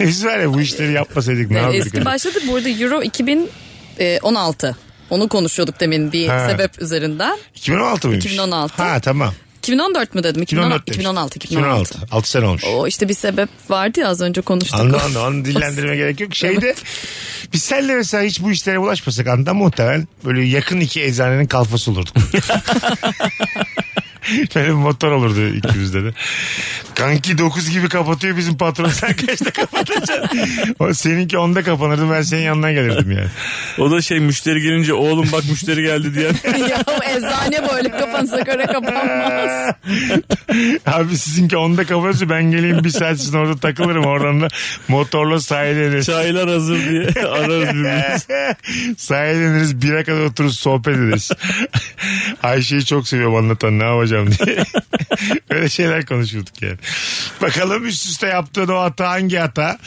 Biz var ya bu işleri yapmasaydık ne Yani yapardık? Ee, eski başladı burada Euro 2016. Onu konuşuyorduk demin bir Ha. sebep üzerinden. 2016 mıymış? 2016. Ha tamam. 2014 mü dedim? 2014 2016 2016. 2016. 6 sene olmuş. O işte bir sebep vardı ya az önce konuştuk. Anla anla onu dillendirme gerek yok. Şeyde biz senle mesela hiç bu işlere bulaşmasak anda muhtemelen böyle yakın iki eczanenin kalfası olurduk. Benim motor olurdu ikimizde de. Kanki 9 gibi kapatıyor bizim patron. Sen kaçta kapatacaksın? O seninki 10'da kapanırdı ben senin yanına gelirdim yani. O da şey müşteri gelince oğlum bak müşteri geldi diyen. ya o eczane böyle kafanıza göre kapanmaz. Abi sizinki 10'da kapanırsa ben geleyim bir saat sizin orada takılırım. Oradan da motorla sahile ineriz. Çaylar hazır diye ararız birbirimizi. Sahile ineriz bire kadar otururuz sohbet ederiz. Ayşe'yi çok seviyorum anlatan ne yapacağım diye. Öyle şeyler konuşurduk yani. Bakalım üst üste yaptığın o hata hangi hata?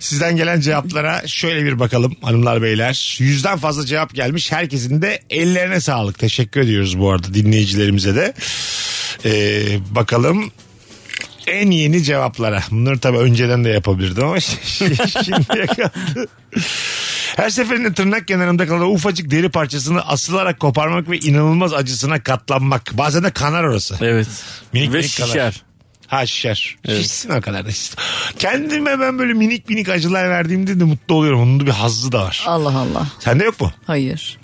Sizden gelen cevaplara şöyle bir bakalım hanımlar beyler. Yüzden fazla cevap gelmiş. Herkesin de ellerine sağlık. Teşekkür ediyoruz bu arada dinleyicilerimize de. Ee, bakalım en yeni cevaplara. Bunları tabii önceden de yapabilirdim ama şimdi kaldı. Her seferinde tırnak kenarında kalan ufacık deri parçasını asılarak koparmak ve inanılmaz acısına katlanmak. Bazen de kanar orası. Evet. Minik Ve minik kadar. şişer. Ha şişer. Şişsin o kadar da şişsin. Kendime ben böyle minik minik acılar verdiğimde de mutlu oluyorum. Onun da bir hazzı da var. Allah Allah. Sende yok mu? Hayır.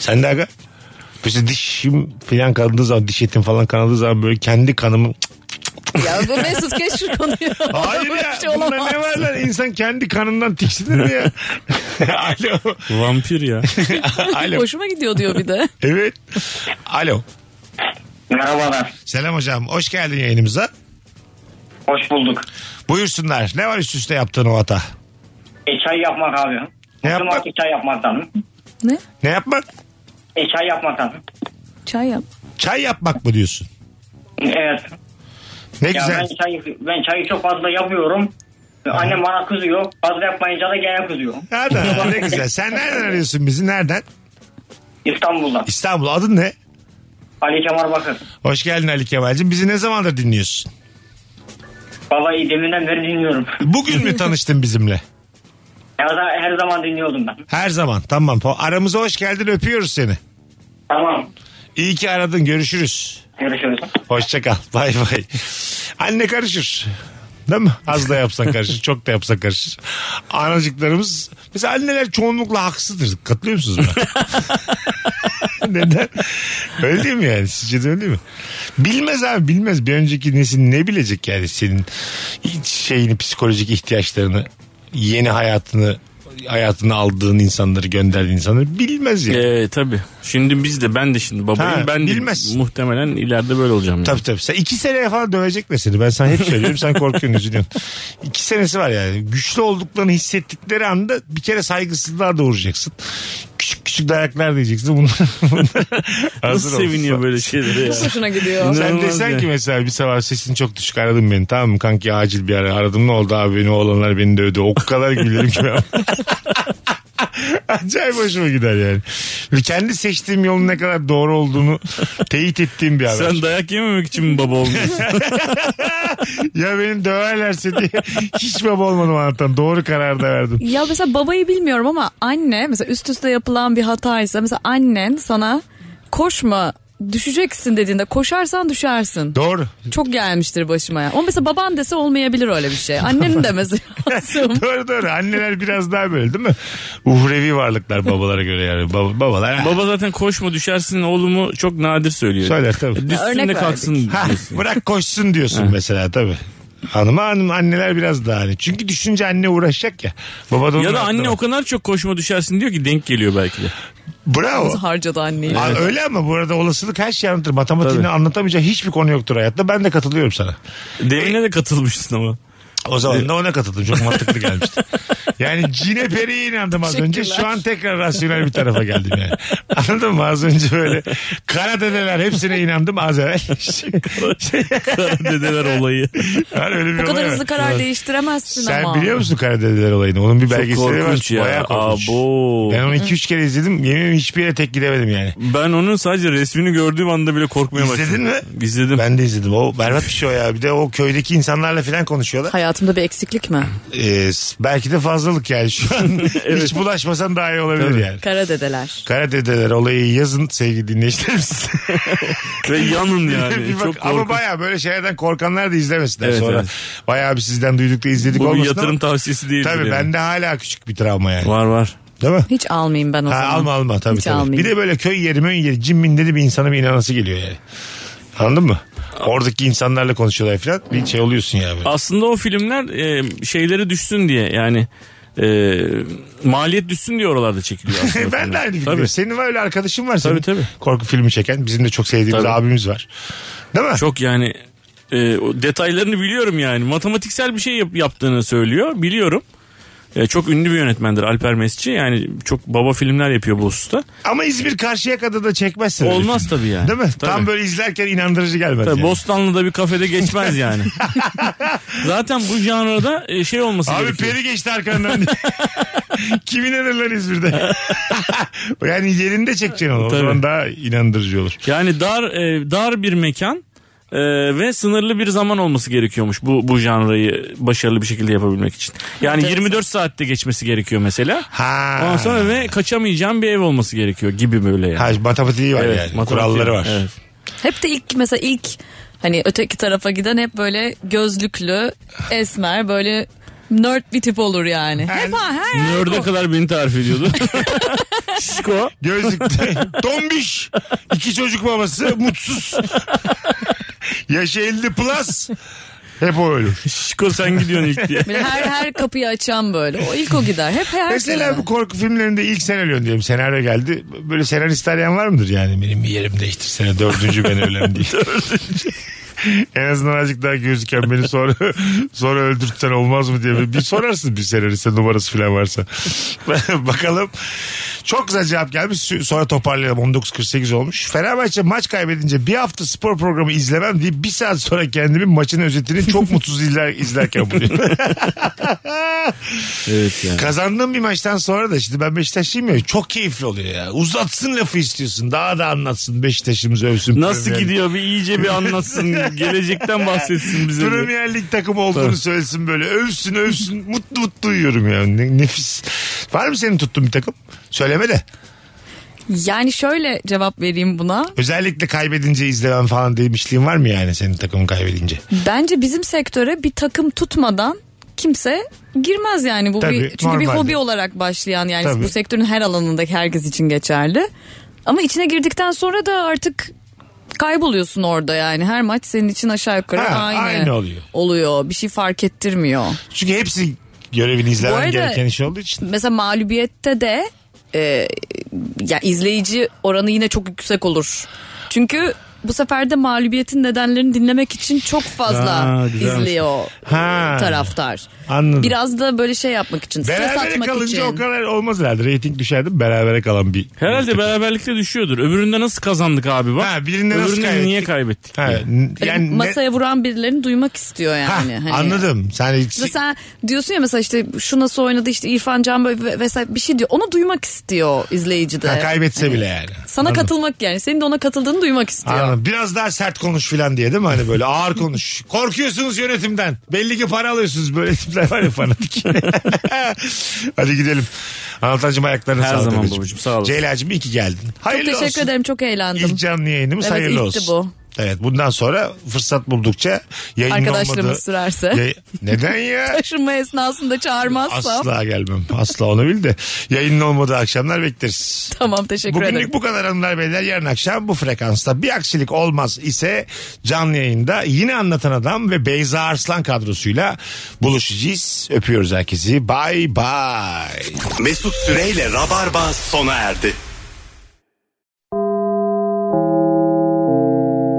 Sende aga? Mesela dişim falan kanadığı zaman, diş etim falan kanadığı zaman böyle kendi kanımın... Ya bu Mesut geç şu konuyu. Hayır Böyle ya. bir şey bunda olamaz. ne var lan? İnsan kendi kanından tiksinir mi ya? Alo. Vampir ya. Alo. Hoşuma gidiyor diyor bir de. Evet. Alo. Merhabalar. Selam hocam. Hoş geldin yayınımıza. Hoş bulduk. Buyursunlar. Ne var üst üste yaptığın o hata? E çay yapmak abi. Ne yapmak? çay yapmaktan. Ne? Ne yapmak? E çay yapmaktan. Çay yap. Çay yapmak mı diyorsun? Evet. Ne Ya güzel. ben çayı ben çayı çok fazla yapıyorum. Annem bana kızıyor. Fazla yapmayınca da gene kızıyor. Nereden? ne güzel. Sen nereden arıyorsun bizi? Nereden? İstanbul'dan. İstanbul. Adın ne? Ali Kemal Bakır. Hoş geldin Ali Kemal'cim. Bizi ne zamandır dinliyorsun? Vallahi deminden beri dinliyorum. Bugün mü tanıştın bizimle? Her, za- her zaman dinliyordum ben. Her zaman. Tamam. Aramıza hoş geldin. Öpüyoruz seni. Tamam. İyi ki aradın. Görüşürüz. Görüşürüz. Hoşça kal. Bay bay. Anne karışır. Değil mi? Az da yapsan karışır. çok da yapsan karışır. Anacıklarımız mesela anneler çoğunlukla haksızdır. Katılıyor musunuz buna? Neden? Öyle değil mi yani? Sizce de öyle değil mi? Bilmez abi bilmez. Bir önceki nesil ne bilecek yani senin hiç şeyini psikolojik ihtiyaçlarını yeni hayatını hayatını aldığın insanları gönderdiğin insanları bilmez yani. Ee, tabii. Şimdi biz de ben de şimdi babayım. Ha, ben de bilmez. muhtemelen ileride böyle olacağım. yani. Tabii tabii. Sen iki seneye falan dövecekler seni. Ben sana hep söylüyorum. sen korkuyorsun, üzülüyorsun. İki senesi var yani. Güçlü olduklarını hissettikleri anda bir kere saygısızlığa da uğrayacaksın. Küçük küçük dayaklar diyeceksin. Bunlar, bunlar hazır Nasıl olsun. seviniyor böyle şeylere ya. Çok Hoşuna gidiyor. Sen İnanılmaz desen ya. ki mesela bir sabah sesin çok düşük aradın beni tamam mı kanki acil bir ara aradım ne oldu abi beni oğlanlar beni dövdü o kadar gülerim ki ben. Acayip hoşuma gider yani. Ve Kendi seçtiğim yolun ne kadar doğru olduğunu teyit ettiğim bir haber. Sen dayak yememek için mi baba olmuyorsun? ya beni döverlerse diye hiç baba olmadım anlatan. Doğru karar da verdim. Ya mesela babayı bilmiyorum ama anne mesela üst üste yapılan bir hataysa mesela annen sana koşma düşeceksin dediğinde koşarsan düşersin. Doğru. Çok gelmiştir başıma ya. Ama mesela baban dese olmayabilir öyle bir şey. Annenin demesi lazım. doğru doğru. Anneler biraz daha böyle değil mi? Uhrevi varlıklar babalara göre yani. Bab- babalar. Baba zaten koşma düşersin oğlumu çok nadir söylüyor. E, Söyler tabii. Düşsün Örnek de verdik. kalksın. Ha, diyorsun. bırak koşsun diyorsun mesela tabii. Hanıma hanım anneler biraz daha hani. Çünkü düşünce anne uğraşacak ya. Baba da onu Ya da rahatlamaz. anne o kadar çok koşma düşersin diyor ki denk geliyor belki de. Bravo. Harcadı anneyi. Aa, Öyle ama bu arada olasılık her şeyi anlatır. Matematiğini Tabii. anlatamayacağı hiçbir konu yoktur hayatta. Ben de katılıyorum sana. Demine de katılmışsın ama. O Ee, zaman da ona katıldım. Çok mantıklı gelmişti. Yani cine periye inandım az önce. Şu an tekrar rasyonel bir tarafa geldim yani. Anladın mı? Az önce böyle kara dedeler hepsine inandım az evvel. Kara dedeler olayı. Yani öyle bir Bu kadar olay var. hızlı karar değiştiremezsin Sen ama. biliyor musun kara dedeler olayını? Onun bir belgeseli korkunç şey var. ya. Bayağı korkunç. Abo. Ben onu 2-3 kere izledim. Yemin ederim hiçbir yere tek gidemedim yani. Ben onun sadece resmini gördüğüm anda bile korkmaya başladım. İzledin mi? İzledim. Ben de izledim. O berbat bir şey o ya. Bir de o köydeki insanlarla falan konuşuyorlar. Hayatımda bir eksiklik mi? Ee, belki de fazlalık yani şu an. Hiç bulaşmasan daha iyi olabilir yani. Kara dedeler. Kara dedeler olayı yazın sevgili dinleyicilerimiz. Ve yanın yani. Bir bak- çok ama korkunç. baya böyle şeylerden korkanlar da izlemesinler Evet, sonra. evet. Bayağı bir sizden duyduk da izledik Bu bir olmasın yatırım ama- tavsiyesi değil. Tabii bende hala küçük bir travma yani. Var var. Değil mi? Hiç almayayım ben o Ha, zaman. alma alma tabii Hiç tabii. almayayım. Bir de böyle köy yeri mön yeri cimmin dedi bir insana bir inanası geliyor yani. Anladın mı? Oradaki insanlarla konuşuyorlar falan bir şey oluyorsun yani. böyle. Aslında o filmler e, şeyleri düşsün diye yani e, maliyet düşsün diye oralarda çekiliyor aslında. E, ben de filmler. aynı fikirdeyim. Tabii. Senin var öyle arkadaşın var senin. Tabii, tabii. Korku filmi çeken bizim de çok sevdiğimiz Tabii. abimiz var. Değil mi? Çok yani e, o detaylarını biliyorum yani. Matematiksel bir şey yap- yaptığını söylüyor. Biliyorum. E, çok ünlü bir yönetmendir Alper Mesci. Yani çok baba filmler yapıyor bu hususta. Ama İzmir Karşıyaka'da da çekmezsin. öyle Olmaz film. tabii yani. Değil mi? Tabii. Tam böyle izlerken inandırıcı gelmez. Tabii yani. Bostanlı'da bir kafede geçmez yani. Zaten bu janrada e, şey olması Abi gerekiyor. peri geçti arkandan diye. Kim inanır lan İzmir'de? yani yerinde çekeceksin onu. O Tabii. zaman daha inandırıcı olur. Yani dar e, dar bir mekan e, ve sınırlı bir zaman olması gerekiyormuş bu bu janrayı başarılı bir şekilde yapabilmek için. Yani 24 saatte geçmesi gerekiyor mesela. Ha. Ondan sonra ve kaçamayacağım bir ev olması gerekiyor gibi böyle yani. Ha, matematiği var Evet, yani. matematiği Kuralları var. Evet. Hep de ilk mesela ilk hani öteki tarafa giden hep böyle gözlüklü, esmer böyle nerd bir tip olur yani. Hep ha her yer Nerd'e kadar beni tarif ediyordu. Şişko. Gözlükte. Tombiş. İki çocuk babası. Mutsuz. Yaşı 50 plus. Hep o ölür. Şişko sen gidiyorsun ilk diye. Böyle her her kapıyı açan böyle. O ilk o gider. Hep her şey Mesela sene. bu korku filmlerinde ilk senaryon diyelim. Senaryo geldi. Böyle senarist arayan var mıdır yani? Benim bir yerim değiştirsene. Dördüncü ben ölem diye. en azından azıcık daha gözüken beni sonra sonra öldürtsen olmaz mı diye bir sorarsın bir senariste numarası falan varsa. Bakalım. Çok güzel cevap gelmiş. Sonra toparlayalım. 19.48 olmuş. Fenerbahçe maç kaybedince bir hafta spor programı izlemem diye bir saat sonra kendimi maçın özetini çok mutsuz izler, izlerken buluyorum. evet yani. Kazandığım bir maçtan sonra da şimdi ben Beşiktaşlıyım ya çok keyifli oluyor ya. Uzatsın lafı istiyorsun. Daha da anlatsın Beşiktaş'ımızı övsün. Nasıl Premier- gidiyor bir iyice bir anlatsın. Gelecekten bahsetsin bize. diye. Premier Lig takımı olduğunu Tabii. söylesin böyle. Övsün övsün. mutlu mutlu uyuyorum ya. Ne- nefis. Var mı senin tuttuğun bir takım? Söyleme de. Yani şöyle cevap vereyim buna. Özellikle kaybedince izlemem falan demişliğin var mı yani senin takımın kaybedince? Bence bizim sektöre bir takım tutmadan kimse girmez yani bu Tabii, bir çünkü bir normalde. hobi olarak başlayan yani Tabii. bu sektörün her alanındaki herkes için geçerli. Ama içine girdikten sonra da artık kayboluyorsun orada yani her maç senin için aşağı yukarı Ha, aynı, aynı oluyor. oluyor. Bir şey fark ettirmiyor. Çünkü hepsi görevini izlemen Bu arada- gereken iş olduğu için. Mesela mağlubiyette de e, ya izleyici oranı yine çok yüksek olur. Çünkü bu sefer de mağlubiyetin nedenlerini dinlemek için çok fazla Aa, güzelmiş. izliyor Ha. e, taraftar. Anladım. Biraz da böyle şey yapmak için, stres Berabere atmak kalınca için. o kadar olmaz herhalde. Rating düşerdi. Berabere kalan bir. Herhalde beraberlikte düşüyordur. Öbüründe nasıl kazandık abi bak. Ha, birinde nasıl Öbüründe kaybettik? niye kaybettik? Ha, diye. n- Böyle yani ne- masaya vuran birilerini duymak istiyor Ha, yani. Hani- Anladım. Sen hiç- Mesela sen diyorsun ya mesela işte şu nasıl oynadı işte İrfan Can böyle ve- vesaire bir şey diyor. Onu duymak istiyor izleyici de. Ha, kaybetse bile yani. Sana katılmak yani. Senin de ona katıldığını duymak istiyor. Anladım. Biraz daha sert konuş filan diye değil mi? Hani böyle ağır konuş. Korkuyorsunuz yönetimden. Belli ki para alıyorsunuz. Böyle tipler var ya fanatik. Hadi gidelim. Anlatancım ayaklarına Her sağlık. zaman babacığım. babacığım, sağ olun. Ceyla'cığım iyi ki geldin. Çok Hayırlı teşekkür olsun. ederim. Çok eğlendim. İlk canlı yayınımız Evet, hayırlı ilkti olsun. bu. Evet bundan sonra fırsat buldukça yayının Arkadaşlarımız olmadığı- sürerse. Yay- Neden ya? Taşınma esnasında çağırmazsam. Asla gelmem. Asla onu bil de. Yayının olmadığı akşamlar bekleriz. Tamam teşekkür Bugünlük ederim. bu kadar hanımlar beyler. Yarın akşam bu frekansta bir aksilik olmaz ise canlı yayında yine anlatan adam ve Beyza Arslan kadrosuyla buluşacağız. Öpüyoruz herkesi. Bye bye. Mesut Süreyle Rabarba sona erdi.